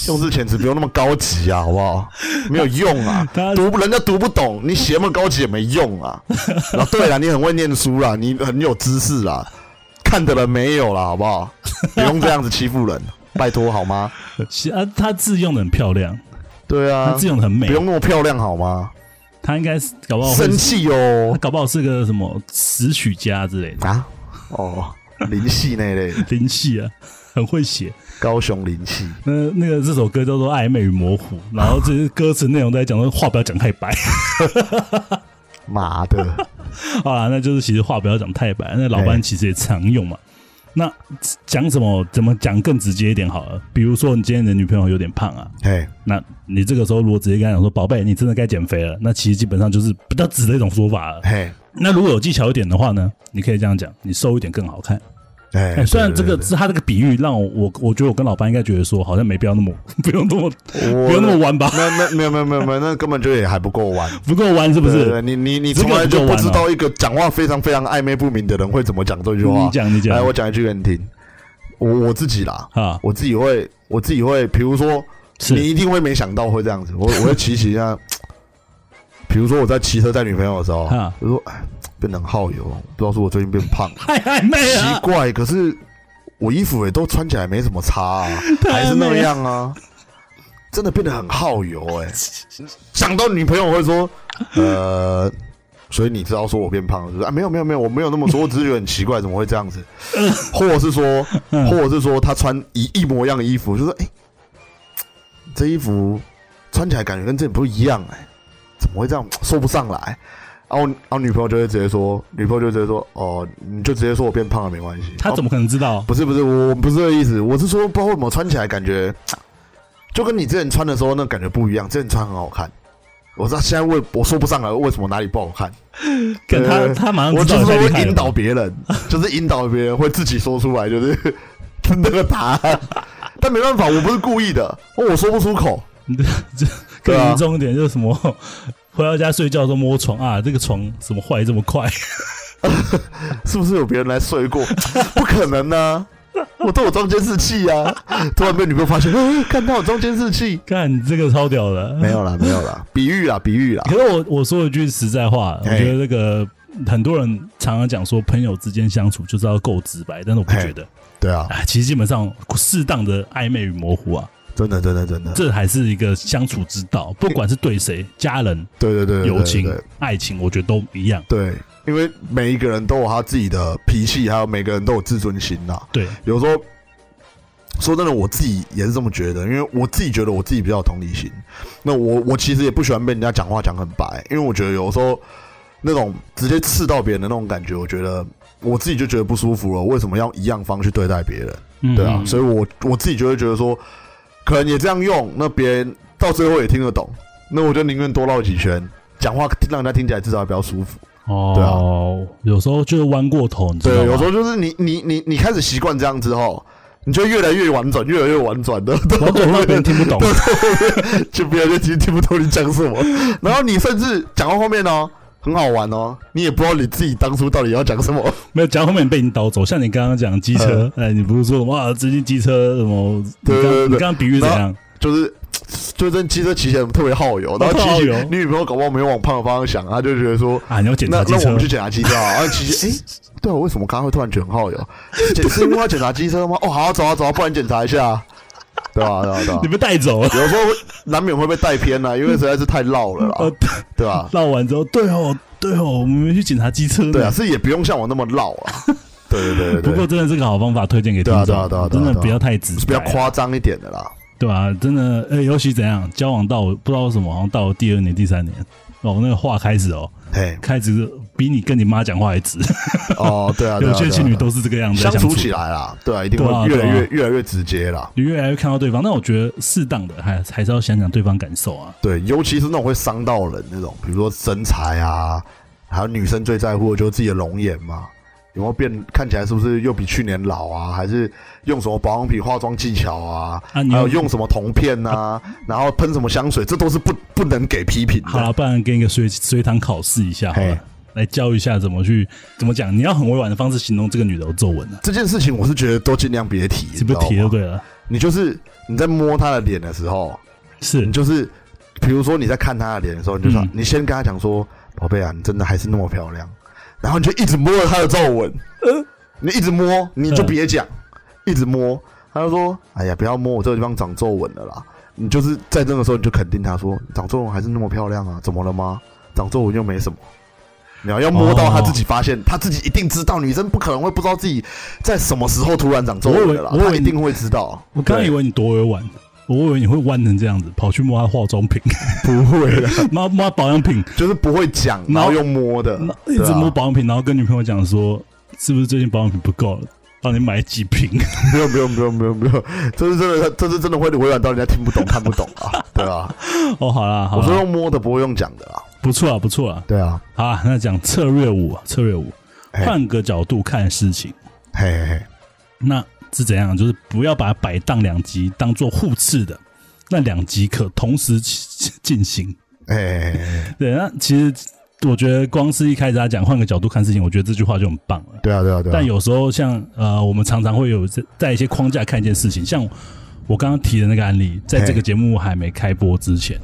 D: 用字遣词不用那么高级啊，好不好？没有用啊
C: 他，
D: 读不人家读不懂，你写那么高级也没 用啊。然后对了，你很会念书啦，你很有知识啦，看的人没有啦，好不好？不用这样子欺负 人，拜托好吗？
C: 其啊，他字用的很漂亮，
D: 对
C: 他
D: 啊，
C: 字用的很美
D: 不，用那么漂亮好吗？
C: 他应该是搞不好会
D: 生气
C: 他
D: 哦
C: 搞不好是个什么词曲家之类的，
D: 啊哦，灵系那一类，
C: 灵系啊， 很会写。
D: 高雄灵系。
C: 那那个这首歌叫做《暧昧与模糊》，然后这些歌词内容都在讲说话不要讲太白。
D: 妈的，
C: 好啦，那就是其实话不要讲太白，那老
D: 哎
C: 班其实也常用嘛。那讲什么？怎么讲更直接一点好了？比如说你今天你的女朋友有点胖啊，
D: 嘿，
C: 那你这个时候如果直接跟她讲说“宝贝，你真的该减肥了”，那其实基本上就是比较直的一种说法了。
D: 嘿，
C: 那如果有技巧一点的话呢，你可以这样讲：“你瘦一点更好看。
D: 哎
C: 哎，虽然这
D: 对对
C: 个
D: 对
C: 是他这个比喻让我我我觉得我跟老班应该觉得说好像没必要那么 不用那么
D: 我
C: 不用那么弯吧，
D: 那那没有没有没有没有，那根本就也还不够玩。
C: 不够弯是 不
D: 对
C: 是？
D: 对对你你你
C: 这个
D: 从来就
C: 不够
D: 不
C: 玩
D: 知
C: 哦
D: 道一个讲话非常非常暧昧不明的人会怎么讲这句话。
C: 你讲你讲
D: 来我讲一句给你听。我我自己啦，
C: 啊
D: 我自己会，我自己会，比如说，
C: 是
D: 你一定会没想到会这样子。我我会骑骑一下， 比如说我在骑车带女朋友的时候
C: 啊，
D: 我说哎，变得很耗油，不知道是我最近变胖了，
C: 太暧昧
D: 奇
C: 了，
D: 怪，可 是我衣服也都穿起来没什么差啊，
C: 太
D: 还是
C: 暧昧
D: 那
C: 了
D: 样啊。真的变得很耗油哎、 想到女朋友我会说，呃，所以你知道说我变胖了是不是？啊，没有没有没有，我没有那么说，我只是觉得很奇怪，怎么会这 样子？或者是说，
C: 嗯
D: 或者是说他穿一一模一样的衣服，就说哎、这衣服穿起来感觉跟这不一样哎、怎么会这样？说不上来。然后，然后女朋友就会直接说，女朋友就直接说，哦，你就直接说我变胖了没关系。
C: 他
D: 哦
C: 怎么可能知道？
D: 不是不是，我我不是这个意思，我是说不知道为什么穿起来感觉，就跟你之前穿的时候那感觉不一样，之前穿很好看。我知道现在为我说不上来为什么哪里不好看，
C: 跟他
D: 呃
C: 他马上
D: 我
C: 知道
D: 就是
C: 你太厉
D: 会
C: 害
D: 引导
C: 了。
D: 别人，就是引导别人会自己说出来，就是 那个答案。但没办法，我不是故意的，哦我说不出口。
C: 更
D: 对啊
C: 严重一点就是什么，回到家睡觉的时候摸床啊，这个床怎么坏这么快？
D: 是不是有别人来睡过？ 不可能呢、我都有装监视器啊！突然被女朋友发现， 欸、看到有装监视器，
C: 看你这个超屌的，
D: 没有啦，没有啦，比喻啦，比喻啦
C: 可，是我我说一句实在话，我
D: 嘿
C: 觉得这个很多人常常讲说，朋友之间相处就是要够直白，但是我不觉得
D: 对啊，
C: 啊，其实基本上适当的暧昧与模糊啊，
D: 真的，真的，真的，
C: 这还是一个相处之道，不管是对谁、家人、
D: 对对对，对
C: 友情
D: 对、
C: 爱情，我觉得都一样。
D: 对，对因为每一个人都有他自己的脾气，还有每个人都有自尊心呐。
C: 对，
D: 有时候说真的，我自己也是这么觉得，因为我自己觉得我自己比较有同理心。那我我其实也不喜欢被人家讲话讲很白，因为我觉得有时候那种直接刺到别人的那种感觉，我觉得我自己就觉得不舒服了。为什么要一样方去对待别人？
C: 嗯
D: 对啊，
C: 嗯
D: 所以我我自己就会觉得说，可能也这样用，那别人到最后也听得懂，那我就宁愿多绕几圈，讲话让人家听起来至少比较舒服。
C: 哦，有时候就是弯过头，你知道吗？
D: 啊对，有时候就是你你你你开始习惯这样之后，你就越来越婉转，越来越婉转的， 到
C: 弯过头让别人听不 懂。
D: 就别人就听听不懂你讲 什么。然后你甚至讲到后面哦，很好玩哦，你也不知道你自己当初到底要讲什么。
C: 没有讲到后面被你导走，像你刚刚讲机车，哎，你不是说哇，最近机车什么？你
D: 嗯对对
C: 刚
D: 对
C: 你刚刚比喻怎
D: 然
C: 样？
D: 就是就真机车骑起来特别耗油，然 后
C: 特耗
D: 骑起
C: 油
D: 你女朋友搞不好没有往胖的方向想，她就觉得说。
C: 啊，你要检
D: 那
C: 查机
D: 那我
C: 车
D: 们去，检查机车 啊，然后骑起，哎、对啊，为什么刚刚会突然觉得很耗油？ 检是因为要检查机车吗？哦，好、啊，走啊走啊，不然检查一下啊，对吧、对吧、啊对吧、
C: 你被带走 了。
D: 有时候会难免会被带偏啊了、因为实在是太绕了
C: 呃
D: 啦，，对吧、
C: 绕完之后，对哦，对哦，我们没去检查机车呢。
D: 对啊，是也不用像我那么绕 啊。对对对对
C: 不
D: 对，
C: 过真的是个好方法，推荐给听众。
D: 对啊对啊对啊对啊
C: 真的
D: 对啊
C: 不要太直白，
D: 是比较夸张一点的啦。
C: 对啊，真的，呃，尤其怎样，交往到不知道为什么，好像到了第二年、第三年，哦，那个话开始哦，
D: 嘿，
C: 开始比你跟你妈讲话还直。
D: 哦，对啊，对
C: 有
D: 啊
C: 些
D: 对啊
C: 情侣
D: 对
C: 都是这个样
D: 啊
C: 子
D: 相
C: 在
D: 处
C: 处
D: 起，来啦，对啊，一定
C: 对啊
D: 会越
C: 对
D: 来越
C: 啊
D: 越来越直接啦。
C: 你越来越看到对方。那我觉得适当的还还是要想想对方感受啊。
D: 对，尤其是那种会伤到人那种，比如说身材啊，还有女生最在乎的就是自己的容颜嘛，有没有变？看起来是不是又比去年老啊？还是用什么保养品、化妆技巧啊？
C: 啊你
D: 还有
C: 有
D: 用什么铜片 啊？然后喷什么香水？这都是不不能给批评
C: 好了，
D: 的。
C: 不然给你个随随堂考试一下好
D: 嘿
C: 了，来教一下怎么去怎么讲。你要很委婉的方式形容这个女的有皱纹啊，
D: 这件事情我是觉得都尽量别提，
C: 是不是
D: 你
C: 提
D: 知
C: 就
D: 道吗
C: 对了？
D: 你就是你在摸她的脸的时候，
C: 是
D: 你，就是比如说你在看她的脸的时候，你就说、
C: 嗯
D: 你先跟她讲说，宝贝啊，你真的还是那么漂亮，然后你就一直摸着她的皱纹，
C: 嗯
D: 你一直摸，你就别讲，一直摸，她就说，哎呀，不要摸我这个地方长皱纹了啦。你就是在那个时候你就肯定她说，长皱纹还是那么漂亮啊，怎么了吗？长皱纹又没什么。你要要摸到
C: 哦
D: 她自己发现，她、自己一定知道，女生不可能会不知道自己在什么时候突然长皱纹的啦
C: 我，以为我以
D: 她
C: 为
D: 一定会知道。
C: 我刚以为你多委婉，我以为你会弯成这样子，跑去摸她化妆 品，
D: 不会啦
C: 摸摸她保养品，
D: 就是不会讲，
C: 然
D: 然
C: 后
D: 后又摸的
C: 那，一直摸
D: 宝，
C: 保养品，然后跟女朋友讲说，是不是最近保养品不够了，帮你买几瓶？
D: 没有没有没有没有没有，这是真的，这是真的会委婉到人家听不懂、看不懂 啊，对啊，
C: 哦，好啦，好
D: 我说
C: 啦，
D: 用摸的，不会用讲的啦，
C: 不错啊，不错啊。
D: 对啊，
C: 好啊，那讲策略五，啊策略五，
D: 嘿
C: 换个角度看事情，
D: 嘿嘿嘿，
C: 那是怎样？就是不要把摆荡两极当做互斥的，那两极可同时起进行。
D: 嘿嘿嘿嘿，
C: 对，那其实我觉得光是一开始他讲换个角度看事情，我觉得这句话就很棒了。
D: 对啊对啊对啊，
C: 但有时候像呃，我们常常会有在在一些框架看一件事情，像我刚刚提的那个案例，在这个
D: 嘿
C: 节目还没开播之前，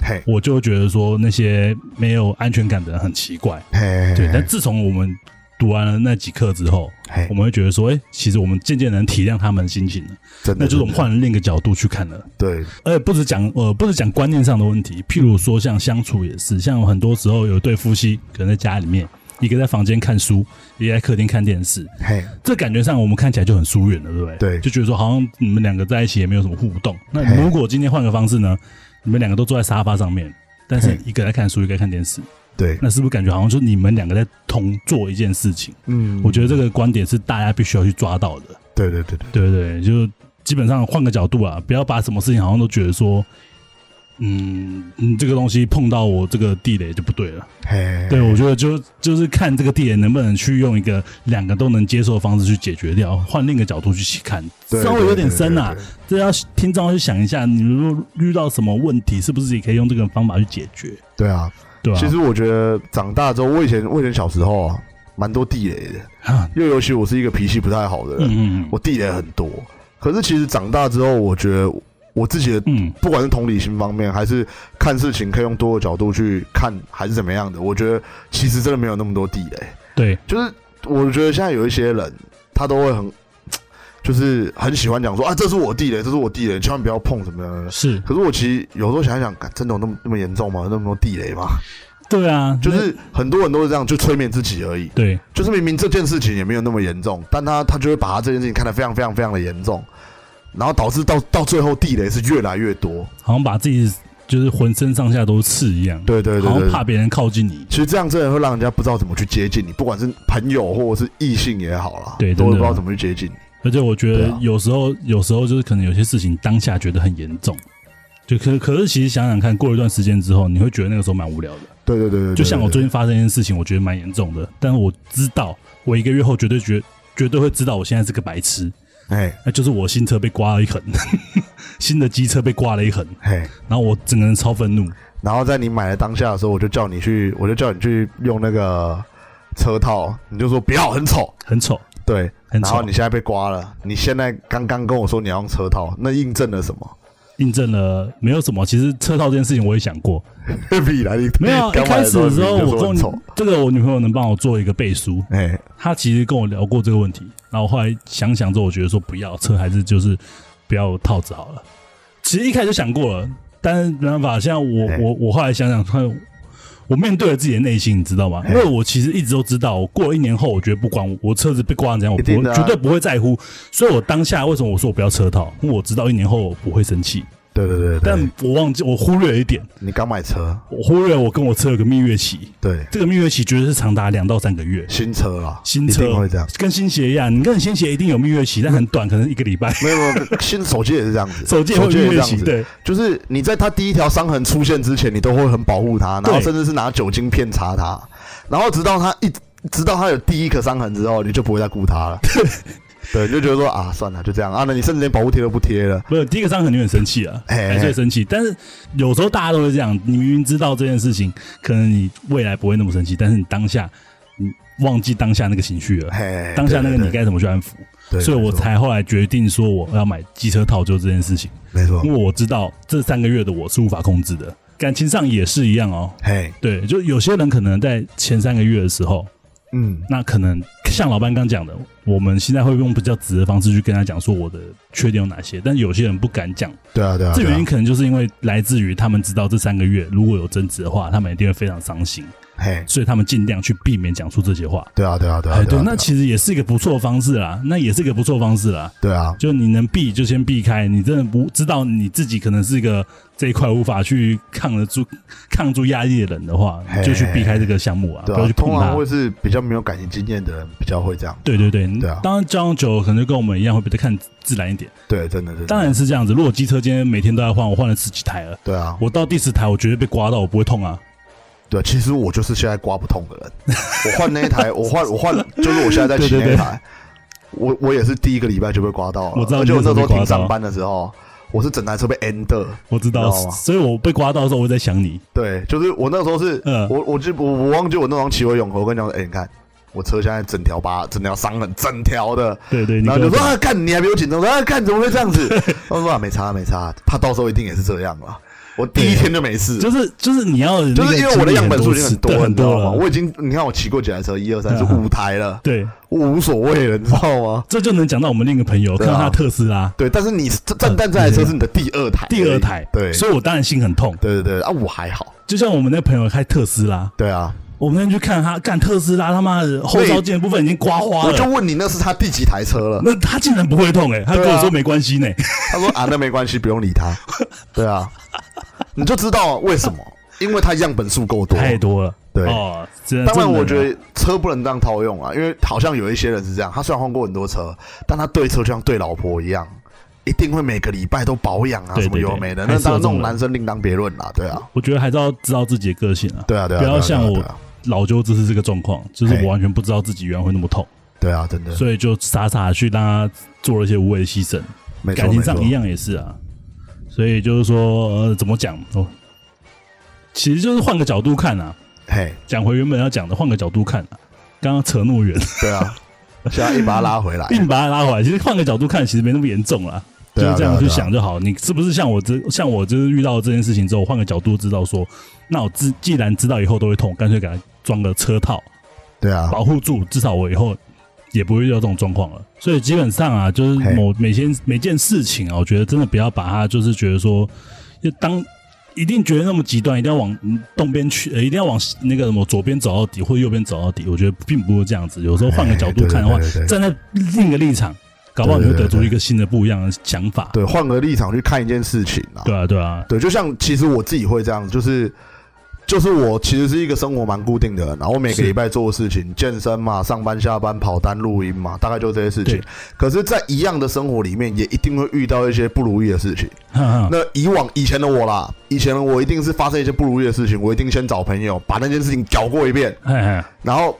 D: 嘿
C: 我就会觉得说那些没有安全感的人很奇怪。
D: 嘿嘿，
C: 对，
D: 嘿
C: 但自从我们。读完了那几课之后
D: 嘿，
C: 我们会觉得说，哎、其实我们渐渐能体谅他们的心情了。
D: 真的
C: 那就是我们换另一个角度去看了。
D: 对
C: 而且不止讲呃，不止讲观念上的问题，譬如说像相处也是，像很多时候有一对夫妻可能在家里面，一个在房间看书，一个在客厅看电视，
D: 嘿
C: 这感觉上我们看起来就很疏远了，对不对？
D: 对
C: 就觉得说好像你们两个在一起也没有什么互动。
D: 嘿
C: 那如果今天换个方式呢？你们两个都坐在沙发上面，但是一个在看书，一个在看电视，
D: 对，
C: 那是不是感觉好像说你们两个在同做一件事情？
D: 嗯
C: 我觉得这个观点是大家必须要去抓到的。
D: 对对对
C: 对
D: 对，
C: 对，对就基本上换个角度啊，不要把什么事情好像都觉得说，嗯，你这个东西碰到我这个地雷就不对了。
D: 嘿，
C: 对，我觉得就就是看这个地雷能不能去用一个两个都能接受的方式去解决掉，换另一个角度去看，
D: 对
C: 稍微有点深啊
D: 对对对。
C: 这要听众要去想一下，你如果遇到什么问题，是不是也可以用这个方法去解决？
D: 对啊。
C: 对吧、
D: 其实我觉得长大之后，我以前我以前小时候啊，蛮多地雷的，
C: 啊，
D: 因为尤其我是一个脾气不太好的人，
C: 嗯嗯
D: 我地雷很多。可是其实长大之后，我觉得我自己的
C: 嗯
D: 不管是同理心方面，还是看事情可以用多个角度去看，还是怎么样的，我觉得其实真的没有那么多地雷。
C: 对，
D: 就是我觉得现在有一些人，他都会很，就是很喜欢讲说啊，这是我地雷，这是我地雷，千万不要碰什么的。
C: 是，
D: 可是我其实有时候想一想，干真的有那么那么严重吗？有那么多地雷吗？
C: 对啊，
D: 就是很多人都是这样，就催眠自己而已。
C: 那对，
D: 就是明明这件事情也没有那么严重，但他他就会把他这件事情看得非常非常非常的严重，然后导致到到最后地雷是越来越多。
C: 好像把自己就是浑身上下都是刺一样，
D: 对对对
C: 好
D: 对
C: 像怕别人靠近你。
D: 其实这样真的会让人家不知道怎么去接近你，不管是朋友或者是异性也好啦，
C: 对
D: 都
C: 真的
D: 会不知道怎么去接近你。
C: 而且我觉
D: 对
C: 得
D: 啊
C: 有时候，有时候就是可能有些事情当下觉得很严重，就可可是其实想想看，过一段时间之后，你会觉得那个时候蛮无聊的。
D: 对对对对对，
C: 就像我
D: 对
C: 最近发生一件事情，我觉得蛮严重的，但我知道我一个月后绝对绝绝对会知道我现在是个白痴，
D: 哎
C: 那就是我新车被刮了一痕， 新的机车被刮了一痕，
D: 嘿，
C: 然后我整个人超愤怒。
D: 然后在你买的当下的时候，我就叫你去，我就叫你去用那个车套，你就说不要，很丑。
C: 很丑，
D: 对，
C: 很
D: 然
C: 丑
D: 后你现在被刮了，你现在刚刚跟我说你要用车套，那印证了什么？
C: 印证了没有什么。其实车套这件事情我也想过，
D: 比来你
C: 没有啊一
D: 刚买
C: 开始的时候，
D: 你就
C: 我跟
D: 说很
C: 我
D: 丑，
C: 这个我女朋友能帮我做一个背书，
D: 哎，
C: 她其实跟我聊过这个问题，然后后来想想之后，我觉得说不要车，还是就是不要套子好了。其实一开始就想过了，但是没办法，现在我
D: 嘿
C: 我我后来想想，突然我面对了自己的内心，你知道吗？因为我其实一直都知道，我过了一年后，我觉得不管我我车子被刮成怎样，我
D: 一
C: 不
D: 定
C: 会、
D: 的啊
C: 绝对不会在乎。所以我当下为什么我说我不要车套？因为我知道一年后我不会生气，
D: 对对对对，
C: 但我忘记我忽略了一点，
D: 你刚买车，
C: 我忽略了我跟我车有个蜜月期。
D: 对，
C: 这个蜜月期绝对是长达两到三个月。
D: 新车啊，
C: 新
D: 一定
C: 车
D: 会这样。
C: 跟新鞋一样，你跟新鞋一定有蜜月期，但很短，可能一个 礼拜。
D: 没有没有，新手机也是这样子，
C: 手机也会
D: 也
C: 蜜
D: 这
C: 月
D: 样
C: 期，
D: 子，
C: 对
D: 就是你在它第一条伤痕出现之前，你都会很保护它，然后
C: 对
D: 甚至是拿酒精片擦它，然后直到它一直到它有第一颗伤痕之后，你就不会再顾它了。对，你就觉得说啊，算了，就这样啊。那你甚至连保护贴都不贴了，
C: 没有第一个伤痕你很生气啊，
D: 嘿嘿
C: 还是会生气。但是有时候大家都会这样，你明明知道这件事情，可能你未来不会那么生气，但是你当下你忘记当下那个情绪了，
D: 嘿，
C: 当下那个
D: 哎对
C: 你，该怎么去安抚？
D: 对对
C: 所以我
D: 没错
C: 才后来决定说我要买机车套就这件事情，
D: 没错
C: 因，为我知道这三个月的我是无法控制的，感情上也是一样哦。
D: 嘿，
C: 对，就有些人可能在前三个月的时候，
D: 嗯，
C: 那可能像老班刚讲的，我们现在会用比较直的方式去跟他讲说我的缺点有哪些，但有些人不敢讲，
D: 对啊，对啊，
C: 这
D: 对啊
C: 原因可能就是因为来自于他们知道这三个月如果有争执的话，他们一定会非常伤心，
D: 嘿，
C: 所以他们尽量去避免讲出这些话。
D: 对啊，对啊，对啊，
C: 哎，对
D: 啊，，
C: 那其实也是一个不错的方式啦，那也是一个不错的方式啦。
D: 对啊，
C: 就你能避就先避开，你真的不知道你自己可能是一个这一块无法去抗得住、抗住压力的人的话，
D: 嘿
C: 就去避开这个项目啊，
D: 对
C: 不要
D: 啊
C: 去，碰
D: 通
C: 它
D: 常。会是比较没有感情经验的人比较会这样。
C: 对对对，
D: 对啊
C: 当然交往久了可能就跟我们一样会比较看自然一点。
D: 对，真的，真的
C: 当，然是这样子，如果机车今天每天都在换，我换了十几台了，
D: 对啊，
C: 我到第十台我绝对被刮到，我不会痛啊。
D: 对，其实我就是现在刮不痛的人。 我换那一台，我换我换，就是我现在在骑那一台，我我也是第一个礼拜就被刮到了。
C: 我知道
D: 而且我那时候
C: 你那时候被刮
D: 停
C: 到
D: 上班的时候，我是整台车被 end 的。
C: 我知道，
D: 你知道吗
C: 所以我被刮到的时候我在想你，
D: 对，就是我那时候是，
C: 嗯
D: 我我就我我忘记我那时候骑回永和，我跟你讲，哎、你看我车现在整条疤，整条伤痕，整条的。
C: 对对，你
D: 然后
C: 跟
D: 就
C: 我
D: 说
C: 讲
D: 啊，干你还没有紧张，我说啊，干怎么会这样子？我说啊，没差没差，怕到时候一定也是这样了。我第一天就没事，
C: 就是就是你要那个
D: 就是因为我的样本数已经很
C: 经
D: 多
C: 历
D: 了，
C: 很
D: 你知道
C: 多
D: 吗？
C: 了，
D: 我已经你看我骑过几台车，一二三
C: 嗯
D: 是五台了，
C: 对，
D: 我无所谓了，你知道吗？
C: 这就能讲到我们另一个朋友，
D: 对
C: 看
D: 啊
C: 到他的特斯拉
D: 对，但是你这但但这台车是你的第二台而已，
C: 第二台，
D: 对，
C: 所以我当然心很痛。
D: 对对对啊，我还好，
C: 就像我们那朋友开特斯拉，
D: 对啊，
C: 我们那天去看他干特斯拉，他妈的后
D: 对
C: 照镜的部分已经刮花
D: 我就
C: 了。
D: 问你那是他第几台车 了？
C: 那他竟然不会痛哎、他跟
D: 对
C: 我
D: 啊
C: 说没关系呢、欸
D: 他说啊，那没关系，不用理他。对啊，你就知道为什么，因为他样本数够多。
C: 太多了。
D: 对
C: 哦，真的
D: 当然，我
C: 真
D: 觉
C: 的
D: 得车不能这样套用啊，因为好像有一些人是这样，他虽然换过很多车，但他对车就像对老婆一样，一定会每个礼拜都保养啊，
C: 对
D: 什么
C: 对
D: 有
C: 对
D: 没的。
C: 还
D: 那
C: 是有
D: 当然，
C: 这
D: 这种
C: 种人
D: 男生另当别论啦。对啊，
C: 我觉得还是要知道自己的个性啊。
D: 对啊，对啊，
C: 不
D: 对
C: 要
D: 啊
C: 像
D: 对
C: 我
D: 啊
C: 老舅这是这个状况，就是
D: 嘿
C: 我完全不知道自己原来会那么痛，
D: 对啊，真的，
C: 所以就傻傻地去让他做了一些无谓的牺牲。
D: 没错
C: 感
D: 没
C: 情上
D: 错，
C: 一样也是啊，所以就是说，呃、怎么讲哦，其实就是换个角度看啊，
D: 嘿，
C: 讲回原本要讲的，换个角度看啊。刚刚扯那么远，
D: 对啊， 现在一把他拉回来，
C: 硬把它拉回来。其实换个角度看，其实没那么严重啦。
D: 对啊
C: 就是这样
D: 对
C: 去
D: 啊对啊
C: 想就好。你是不是像我这像我就是遇到这件事情之后，换个角度知道说，那我知既然知道以后都会痛，干脆给它装个车套
D: 对啊，
C: 保护住，至少我以后也不会遇到这种状况了。所以基本上啊，就是
D: 嘿
C: 某每件每件事情啊，我觉得真的不要把它就是觉得说，就当一定觉得那么极端，一定要往嗯东边去，呃一定要往西那个什么左边走到底，或右边走到底。我觉得并不是这样子。有时候换个角度
D: 嘿
C: 看的话
D: 对对对，对
C: 站在另一个立场，搞不好你会
D: 对对
C: 得
D: 对
C: 出一个新的不一样的想法。
D: 对，换个立场去看一件事情啊，
C: 对啊，对啊，
D: 对，就像其实我自己会这样，就是就是我其实是一个生活蛮固定的人，然后我每
C: 是
D: 个礼拜做的事情，健身嘛，上班下班跑单录音嘛，大概就这些事情
C: 对。
D: 可是，在一样的生活里面，也一定会遇到一些不如意的事情。
C: 哈哈，
D: 那以往以前的我啦，以前的我一定是发生一些不如意的事情，我一定先找朋友把那件事情搅过一遍，
C: 嘿嘿，
D: 然后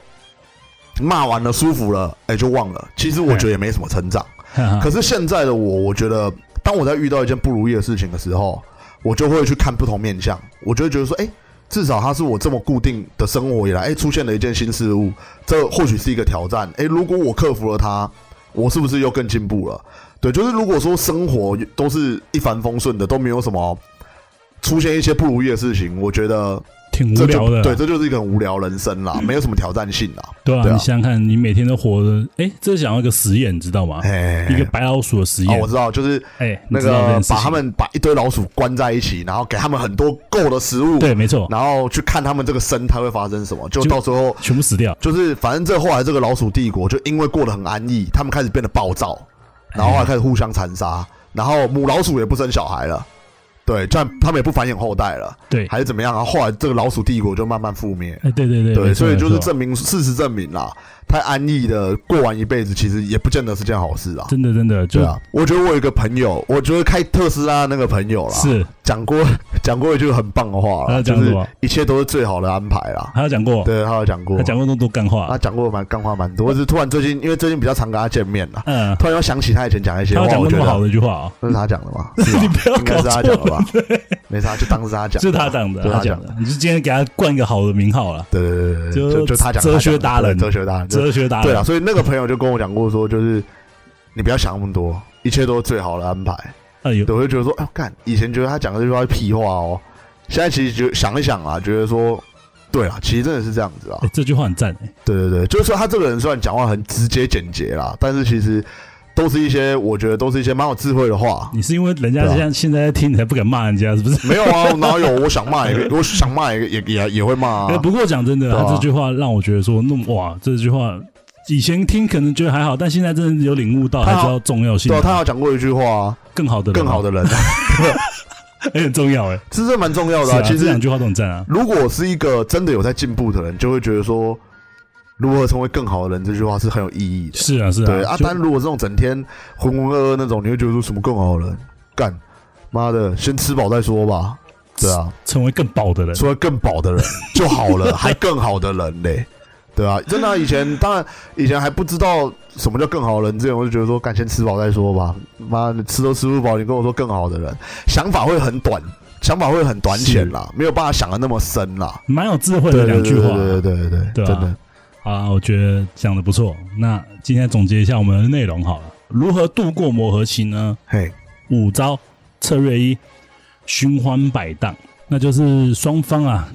D: 骂完了舒服了，哎、就忘了。其实我觉得也没什么成长。
C: 哈哈，
D: 可是现在的我，我觉得当我在遇到一件不如意的事情的时候，我就会去看不同面相，我就会觉得说，哎、至少它是我这么固定的生活以来，哎、出现了一件新事物，这或许是一个挑战。哎、如果我克服了它，我是不是又更进步了？对，就是如果说生活都是一帆风顺的，都没有什么出现一些不如意的事情，我觉得
C: 挺
D: 这
C: 无
D: 就
C: 聊的啊，
D: 对，这就是一个很无聊人生啦，没有什么挑战性啦。
C: 对啊，
D: 对啊
C: 你想想看，你每天都活着，哎，这想要一个实验，你知道吗？
D: 哎，
C: 一个白老鼠的实
D: 哦，
C: 验
D: 我，知道，就是
C: 哎，你
D: 那
C: 知道这
D: 个
C: 件事
D: 把
C: 情
D: 他们把一堆老鼠关在一起，然后给他们很多够的食物，
C: 对，没错，
D: 然后去看他们这个生态会发生什么，就
C: 就
D: 到时候
C: 全部死掉，
D: 就是反正这后来这个老鼠帝国就因为过得很安逸，他们开始变得暴躁，然后后来开始互相残杀，然后母老鼠也不生小孩了。对，这样他们也不繁衍后代了，
C: 对，
D: 还是怎么样？然后后来这个老鼠帝国就慢慢覆灭。
C: 哎，对对对
D: 对，所以就是
C: 这，
D: 证明事实证明啦，太安逸的过完一辈子，其实也不见得是件好事啊。
C: 真的真的就
D: 对啊，我觉得我有一个朋友，我觉得开特斯拉那个朋友啦，
C: 是
D: 讲过 讲过一句很棒的话
C: 他
D: 啦，就
C: 讲什
D: 是
C: 么
D: 一切都是最好的安排啦。
C: 他有讲过，
D: 对，啊他有讲过
C: 他，讲过那么多干
D: 他
C: 话，
D: 讲过蛮干话蛮多，我只是突然最近因为最近比较常跟他见面啦，
C: 嗯，
D: 突然又想起他以前讲一些
C: 他
D: 话
C: 有，讲
D: 我
C: 过那
D: 觉
C: 么好
D: 得
C: 的一句话啊，
D: 那是他讲 的吧？是吧
C: 你不要
D: 应该
C: 搞
D: 是他讲的
C: 错
D: 吧？ 没事啊，就当是他讲的，
C: 是他讲的，
D: 对
C: 他
D: 他
C: 讲
D: 讲
C: 的
D: 的，，
C: 你就今天给他冠一个好的名号了，
D: 对对对对
C: 就
D: 对，就就他讲的，
C: 哲学
D: 他讲的
C: 达人
D: 对哲学达人，
C: 哲学达人，
D: 对啊，，所以那个朋友就跟我讲过说，就是你不要想那么多，一切都是最好的安排。
C: 哎呦，
D: 对，我就觉得说，哎呦，干，以前觉得他讲的这句话是屁话哦，现在其实就想一想啊，觉得说，对啊，其实真的是这样子啊
C: 哎，这句话很赞，哎，
D: 对对对，就是说他这个人虽然讲话很直接简洁啦，但是其实都是一些我觉得都是一些蛮有智慧的话。
C: 你是因为人家
D: 对啊
C: 现在现在在听，你才不敢骂人家，是不是？
D: 没有啊，哪有？我想 骂也，我想骂也也也也会骂
C: 哎
D: 啊。
C: 不过讲真的，
D: 对啊
C: 他这句话让我觉得说，那么哇，这句话以前听可能觉得还好，但现在真的有领悟到，还
D: 他
C: 知道重要性
D: 对啊，。他有讲过一句话啊，
C: 更好的人，
D: 更好的 人，
C: 哎，很重要哎，
D: 这是蛮重要
C: 是
D: 的啊。
C: 啊，
D: 其
C: 这
D: 实
C: 两句话都很赞啊，
D: 如果是一个真的有在进步的人，就会觉得说，如何成为更好的人这句话是很有意义的。
C: 是啊是啊，
D: 对啊，
C: 就
D: 但如果这种整天浑浑噩噩那种，你会觉得说什么更好了？干，妈的，先吃饱再说吧。对啊，
C: 成为更饱的人，
D: 除了更饱的人就好了，还更好的人嘞。对啊，真的啊、以前当然以前还不知道什么叫更好的人，之前我就觉得说，干先吃饱再说吧。妈的，吃都吃不饱，你跟我说更好的人，想法会很短，想法会很短浅啦，没有办法想的那么深啦。
C: 蛮有智慧的
D: 对对
C: 两
D: 对
C: 句
D: 对
C: 话啊。
D: 对对对对，
C: 对啊
D: 真的
C: 好啊，我觉得讲的不错。那今天总结一下我们的内容好了，如何度过磨合期呢？
D: 嘿，
C: 五招策略一：循环摆荡，那就是双方啊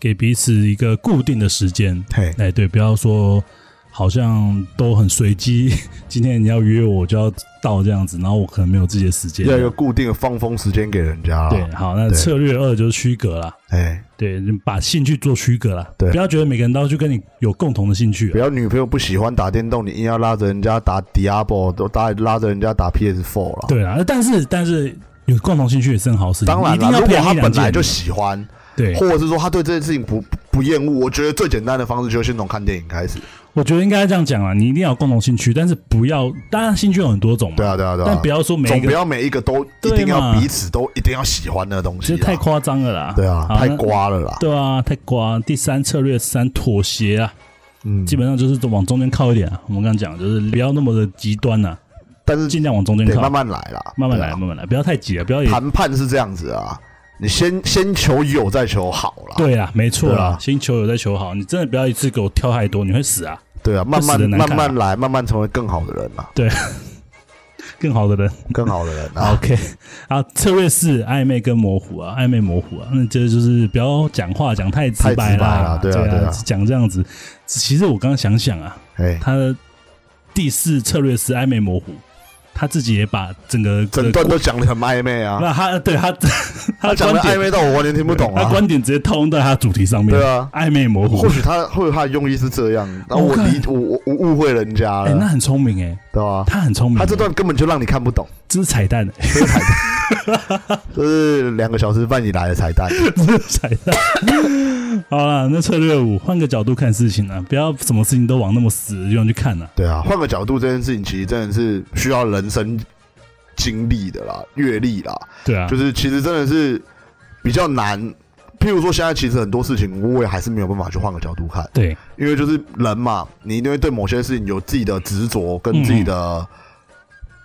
C: 给彼此一个固定的时间，
D: 嘿，
C: 哎，对，不要说好像都很随机， 今天你要约我，我就要到这样子，然后我可能没有自己的时间。
D: 要有一个固定的放风时间给人家啦。
C: 对，好，那
D: 对
C: 策略二就是区隔啦，
D: 哎，
C: 对，你把兴趣做区隔啦，
D: 对
C: 不要觉得每个人都要去跟你有共同的兴趣
D: 不
C: 啊、
D: 要女朋友不喜欢打电动，你硬要拉着人家打 Diablo，都拉拉着人家打 PS4 了。，
C: 对啦，但是但是有共同兴趣也是很好事情，
D: 当
C: 你
D: 然
C: 一定
D: 了，
C: 要
D: 如
C: 培
D: 果
C: 养
D: 他
C: 一两
D: 本
C: 件
D: 来就喜欢，
C: 对，
D: 或者是说他对这件事情不不不厌恶，我觉得最简单的方式就是先从看电影开始。
C: 我觉得应该这样讲啊，你一定要有共同兴趣，但是不要，当然兴趣有很多种嘛，
D: 对啊，对啊，对啊。
C: 但不要说每一
D: 总不
C: 个，
D: 要每一个都一
C: 对
D: 定要
C: 嘛
D: 彼此都一定要喜欢的东西
C: 这
D: 啦，
C: 太夸张了啦，
D: 对啊，
C: 好
D: 太
C: 那
D: 瓜了啦。
C: 对啊，太瓜。第三策略三妥协啊，
D: 嗯，
C: 基本上就是往中间靠一点啊。我们刚刚讲就是不要那么的极端呐、啊，
D: 但是
C: 尽量往中间
D: 得
C: 靠，
D: 慢慢来啦，
C: 慢慢
D: 对
C: 来，
D: 啊
C: 慢慢来，不要太急啊，不要也
D: 谈判是这样子啊，你先先求有，再求好啦。
C: 对啊，没错
D: 对
C: 啦
D: 啊，
C: 先求有再求好，你真的不要一次给我挑太多，你会死啊。
D: 对啊，慢慢
C: 死得难
D: 慢
C: 看啊
D: 慢来，慢慢成为更好的人啦，
C: 更好的人
D: 更好的人啊。
C: ，OK 啊，策略四暧昧跟模糊啊，暧昧模糊啊，那这就是不要讲话讲太直
D: 太
C: 白
D: 直白
C: 啦
D: 啦，对啊对啊
C: 讲这样子，其实我刚刚想想啊，
D: 哎，
C: 他的第四策略是暧昧模糊，他自己也把整个
D: 整段都讲的很暧昧啊，
C: 那他对他 他
D: 他
C: 的
D: 讲的
C: 观
D: 暧
C: 点，
D: 昧到我完全听不懂
C: 他
D: 啊。
C: 观点直接套用在他的主题上面，
D: 对啊
C: 暧昧模糊
D: 或，许他或许他的用意是这样，然后我理我我我误会人家
C: 哎，那
D: 了，
C: 很聪明哎，
D: 对吧？
C: 他很聪明，
D: 他这段根本就让你 看不懂，
C: 这是彩 蛋，哎
D: 这是彩蛋，这是两个小时半以来的彩蛋。
C: 这是彩蛋。 好了，那策略五，换个角度看事情啊，不要什么事情都往那么死的地方去看啊。
D: 对啊，换个角度，这件事情其实真的是需要人生经历的啦、阅历啦，
C: 对啊，
D: 就是其实真的是比较难。譬如说，现在其实很多事情，我也还是没有办法去换个角度看，
C: 对
D: 因为就是人嘛，你一定会对某些事情有自己的执着跟自己
C: 嗯
D: 的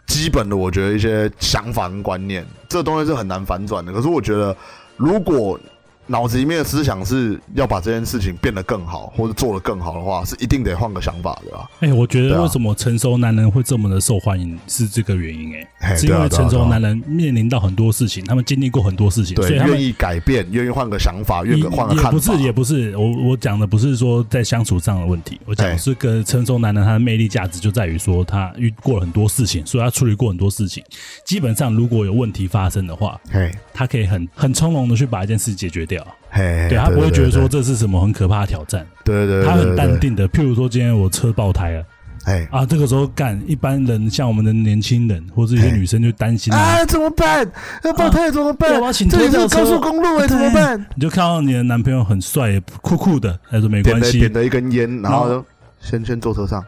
D: 基本的，我觉得一些想法跟观念，这东西是很难反转的。可是我觉得，如果脑子里面的思想是要把这件事情变得更好，或者做得更好的话，是一定得换个想法的啦。
C: 哎、我觉
D: 对
C: 得
D: 啊
C: 为什么成熟男人会这么的受欢迎，是这个原因哎、
D: 嘿
C: 是
D: 对
C: 因
D: 啊
C: 为
D: 对啊
C: 成
D: 对
C: 熟
D: 啊
C: 男人面临到很多事情，他们经历过很多事情，
D: 对，
C: 所以他们
D: 愿意改变，愿意换个想法，愿
C: 也
D: 意换个
C: 也
D: 看法。
C: 不是也不是，我我讲的不是说在相处上的问题，我讲
D: 哎
C: 的是跟成熟男人他的魅力价值就在于说他遇过了很多事情，所以他处理过很多事情。基本上如果有问题发生的话，
D: 嘿，
C: 他可以很很从容的去把一件事解决掉，
D: 嘿，嘿
C: 对他不会觉得说，这是什么很可怕的挑战，
D: 对对对，
C: 他很淡
D: 对，
C: 定的。譬如说今天我车爆胎了
D: 哎，
C: 啊，这个时候干一般人像我们的年轻人或者一些
D: 哎
C: 女生就担心啊，
D: 啊，怎么办？要爆胎怎么
C: 要
D: 办
C: 不要？请
D: 哎这里
C: 推轿
D: 是
C: 车
D: 高速公路哎，怎么办？
C: 你就看到你的男朋友很帅酷酷的，他说没
D: 点
C: 关
D: 了
C: 系，
D: 点了一根烟，然后
C: 然
D: 就先先坐车上。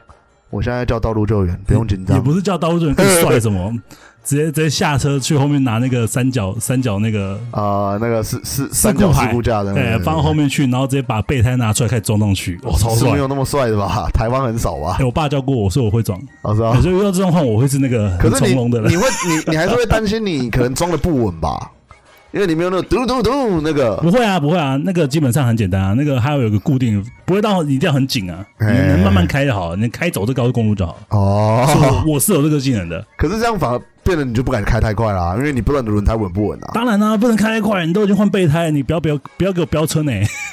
D: 我现在叫道路救援，不用紧
C: 也
D: 张。
C: 不是叫刀人更帅什 么，直接直接下车去后面拿那个三角三角那个，
D: 啊，那个是是
C: 事
D: 三
C: 故
D: 角事
C: 牌
D: 故架的，
C: 对，放后面去，然后直接把备胎拿出来开始装上去，哇，超
D: 是
C: 帅
D: 没！有那么哦帅的吧？台湾很少吧
C: 哎，？我爸教过我说我会装，
D: 我知道
C: 可。是遇到这种话我会是那个很
D: 啊可是
C: 从
D: 你
C: 容的
D: 你
C: 人，
D: 会你你还是会担心你可能装的不稳吧？因为你没有那个嘟嘟嘟那个
C: 不会啊，不会啊，那个基本上很简单啊，那个还有一个固定，不会到一定要很紧啊，你
D: 哎
C: 能慢慢开就好，你开走这高速公路就好。所以
D: 哦。
C: 我我是有这个技能的，
D: 可是这样反而变得你就不敢开太快啦，因为你不知道你的轮胎稳不稳啊。
C: 当然啦、不能开太快，你都已经换备胎了，你不要不要不要给我飙车呢，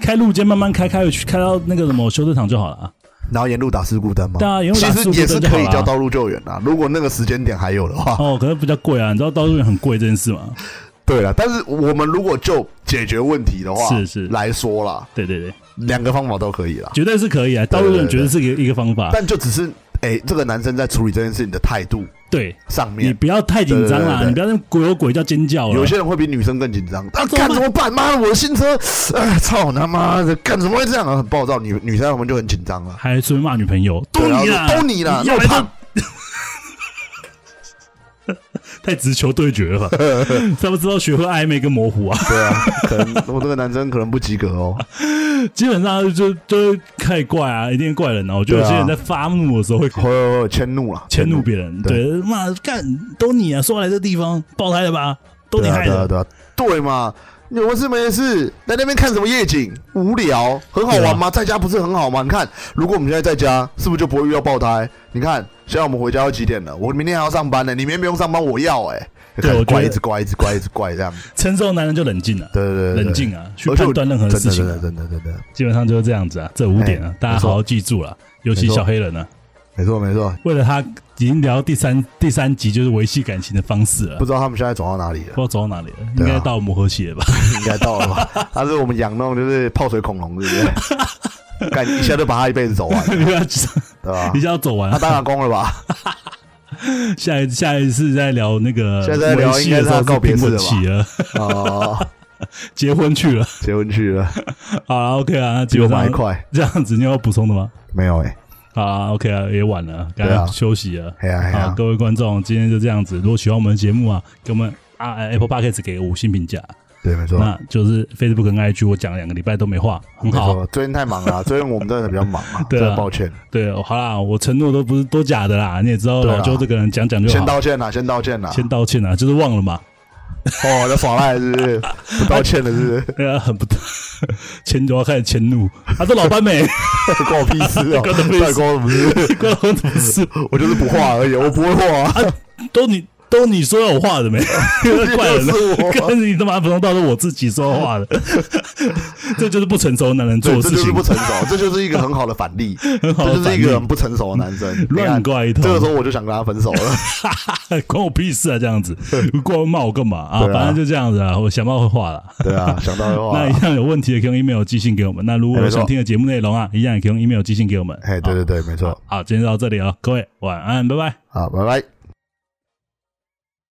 C: 开路肩慢慢开，开回去，开到那个什么修车厂就好了啊。
D: 然后沿路打事故灯嘛，
C: 对啊沿路
D: 其
C: 打
D: 实
C: 事故灯
D: 也是可以
C: 就好啦
D: 叫道路救援啊。如果那个时间点还有的话，
C: 哦，可是比较贵啊，你知道刀入院很贵这件事吗？
D: 对了。但是我们如果就解决问题的话，
C: 是是
D: 来说啦，
C: 对对对，
D: 两个方法都可以啦。
C: 绝对是可以啊，
D: 对
C: 刀
D: 对
C: 入院绝对是一个一个方法。
D: 但就只是，哎、这个男生在处理这件事情的态度
C: 对
D: 上
C: 你
D: 面，
C: 不要太紧张啦，
D: 对对对对
C: 你不要那种鬼有鬼叫尖叫了。
D: 有些人会比女生更紧张。啊，
C: 怎么
D: 干
C: 办
D: 怎么办？妈的，我的新车，哎，操他妈的，干怎么会这样啊？很暴躁，女女生他们就很紧张了。
C: 还顺便骂女朋友，都
D: 对
C: 你
D: 然
C: 啦，
D: 后说都你啦，
C: 要
D: 又
C: 不然
D: 胖
C: 就，太直球对决了吧？ 他们知道学会暧昧跟模糊啊，
D: 对啊，可能 我这个男生可能不及格哦。
C: 基本上就就太怪啊，一定怪人啊。我觉得有
D: 对啊
C: 些人在发怒的时候会
D: 会会会迁怒了，
C: 迁怒别人，
D: 对
C: 对，骂干都你啊，说来这地方爆胎了吧？都
D: 对
C: 你
D: 啊
C: 害
D: 对啊
C: 的，
D: 对啊，对嘛？有没事没事，在那边看什么夜景？无聊，很好
C: 啊
D: 玩吗？在家不是很好吗？你看，如果我们现在在家，是不是就不会遇到爆胎？你看，现在我们回家要几点了？我明天还要上班呢、你明天不用上班，我要哎、
C: 对我觉
D: 怪
C: 得
D: 一直怪一直怪一直怪这样，
C: 成熟男人就冷静啊，
D: 对对对对，
C: 冷静啊，去
D: 而且
C: 判
D: 我
C: 断任何
D: 真的
C: 事情啊、
D: 真的真的真的，
C: 基本上就是这样子啊，这五点啊，大家好好记住了。尤其小黑人呢、
D: 哎没错没错，
C: 为了他已经聊第三第三集，就是维系感情的方式了，
D: 不
C: 不
D: 知道他们现在走到哪里了，
C: 知道走到哪里了，应
D: 对啊
C: 该到磨合期了吧？
D: 应该到了吧？他是我们养那种就是泡水恐龙，对不 对？干一下就把他一辈子走完，
C: 你要
D: 对吧
C: 你？就要走完
D: 他，当阿公了吧？
C: 下一下一次再聊那个
D: 现在在聊
C: 维系的时候
D: 应该是要告别
C: 是
D: 式
C: 平
D: 了
C: 稳
D: 吧
C: 期了，
D: 哦，
C: 结婚去了。
D: 结婚去了，
C: 好了，OK 啊，那基
D: 比我
C: 本
D: 们还
C: 上
D: 快，
C: 这样子，你有要补充的吗？
D: 没有哎，
C: 好啊，OK 啊，也晚了，该
D: 对啊
C: 休息了。
D: 哎呀哎
C: 好，
D: 呀，
C: 各位观众，今天就这样子。如果喜欢我们的节目啊，给我们啊 Apple Podcast 给个五星评价。
D: 对，没错。
C: 那就是 Facebook 跟 IG，我讲了两个礼拜都没画，很
D: 没
C: 好。
D: 错，最近太 忙了啊，最近我们真的比较忙啊，
C: 对啊
D: 真的抱歉，
C: 对，好啦，我承诺都不是都假的啦，你也知道
D: 对啊
C: 老周这个人讲讲就
D: 先
C: 好，
D: 道歉啊啦，先道歉啦。
C: 先道歉啦，就是忘了嘛，
D: 哦，在耍赖是不 是？不道歉了是不是？
C: 对啊，很不 迁就要开始迁怒，啊，这老班 美
D: 关我屁事哦，
C: 关我屁事
D: 到底关我什么事？
C: 关我什么事？
D: 我就是不画而已，我不会画啊，
C: 都你都你说有画的 没？怪人
D: 就
C: 了。
D: 是我。
C: 跟你他妈不用到是我自己说话的， 这就是不成熟的男人 做
D: 对，
C: 的
D: 这
C: 事
D: 就是
C: 情
D: 不，成熟，这就是一个很好的反例，
C: 很好
D: 这
C: 的
D: 就是
C: 反
D: 一
C: 应
D: 个，很不成熟的男生。你
C: 乱
D: 看
C: 怪一通。
D: 这个时候我就想跟他分手 了。
C: 关我屁事啊！这 样子，过来骂我干嘛啊？
D: 对啊
C: 反正就这样子啊，我想到会画了。
D: 对啊，想到的话
C: 那，一样有问题的可以用 email 寄信给我们。那如果
D: 哎
C: 有
D: 没错
C: 想听的节目内容啊，一样也可以用 email 寄信给我们。
D: 哎，对对对，没错。
C: 哦好，今天到这里啊，各位晚安，拜拜。
D: 好，拜拜。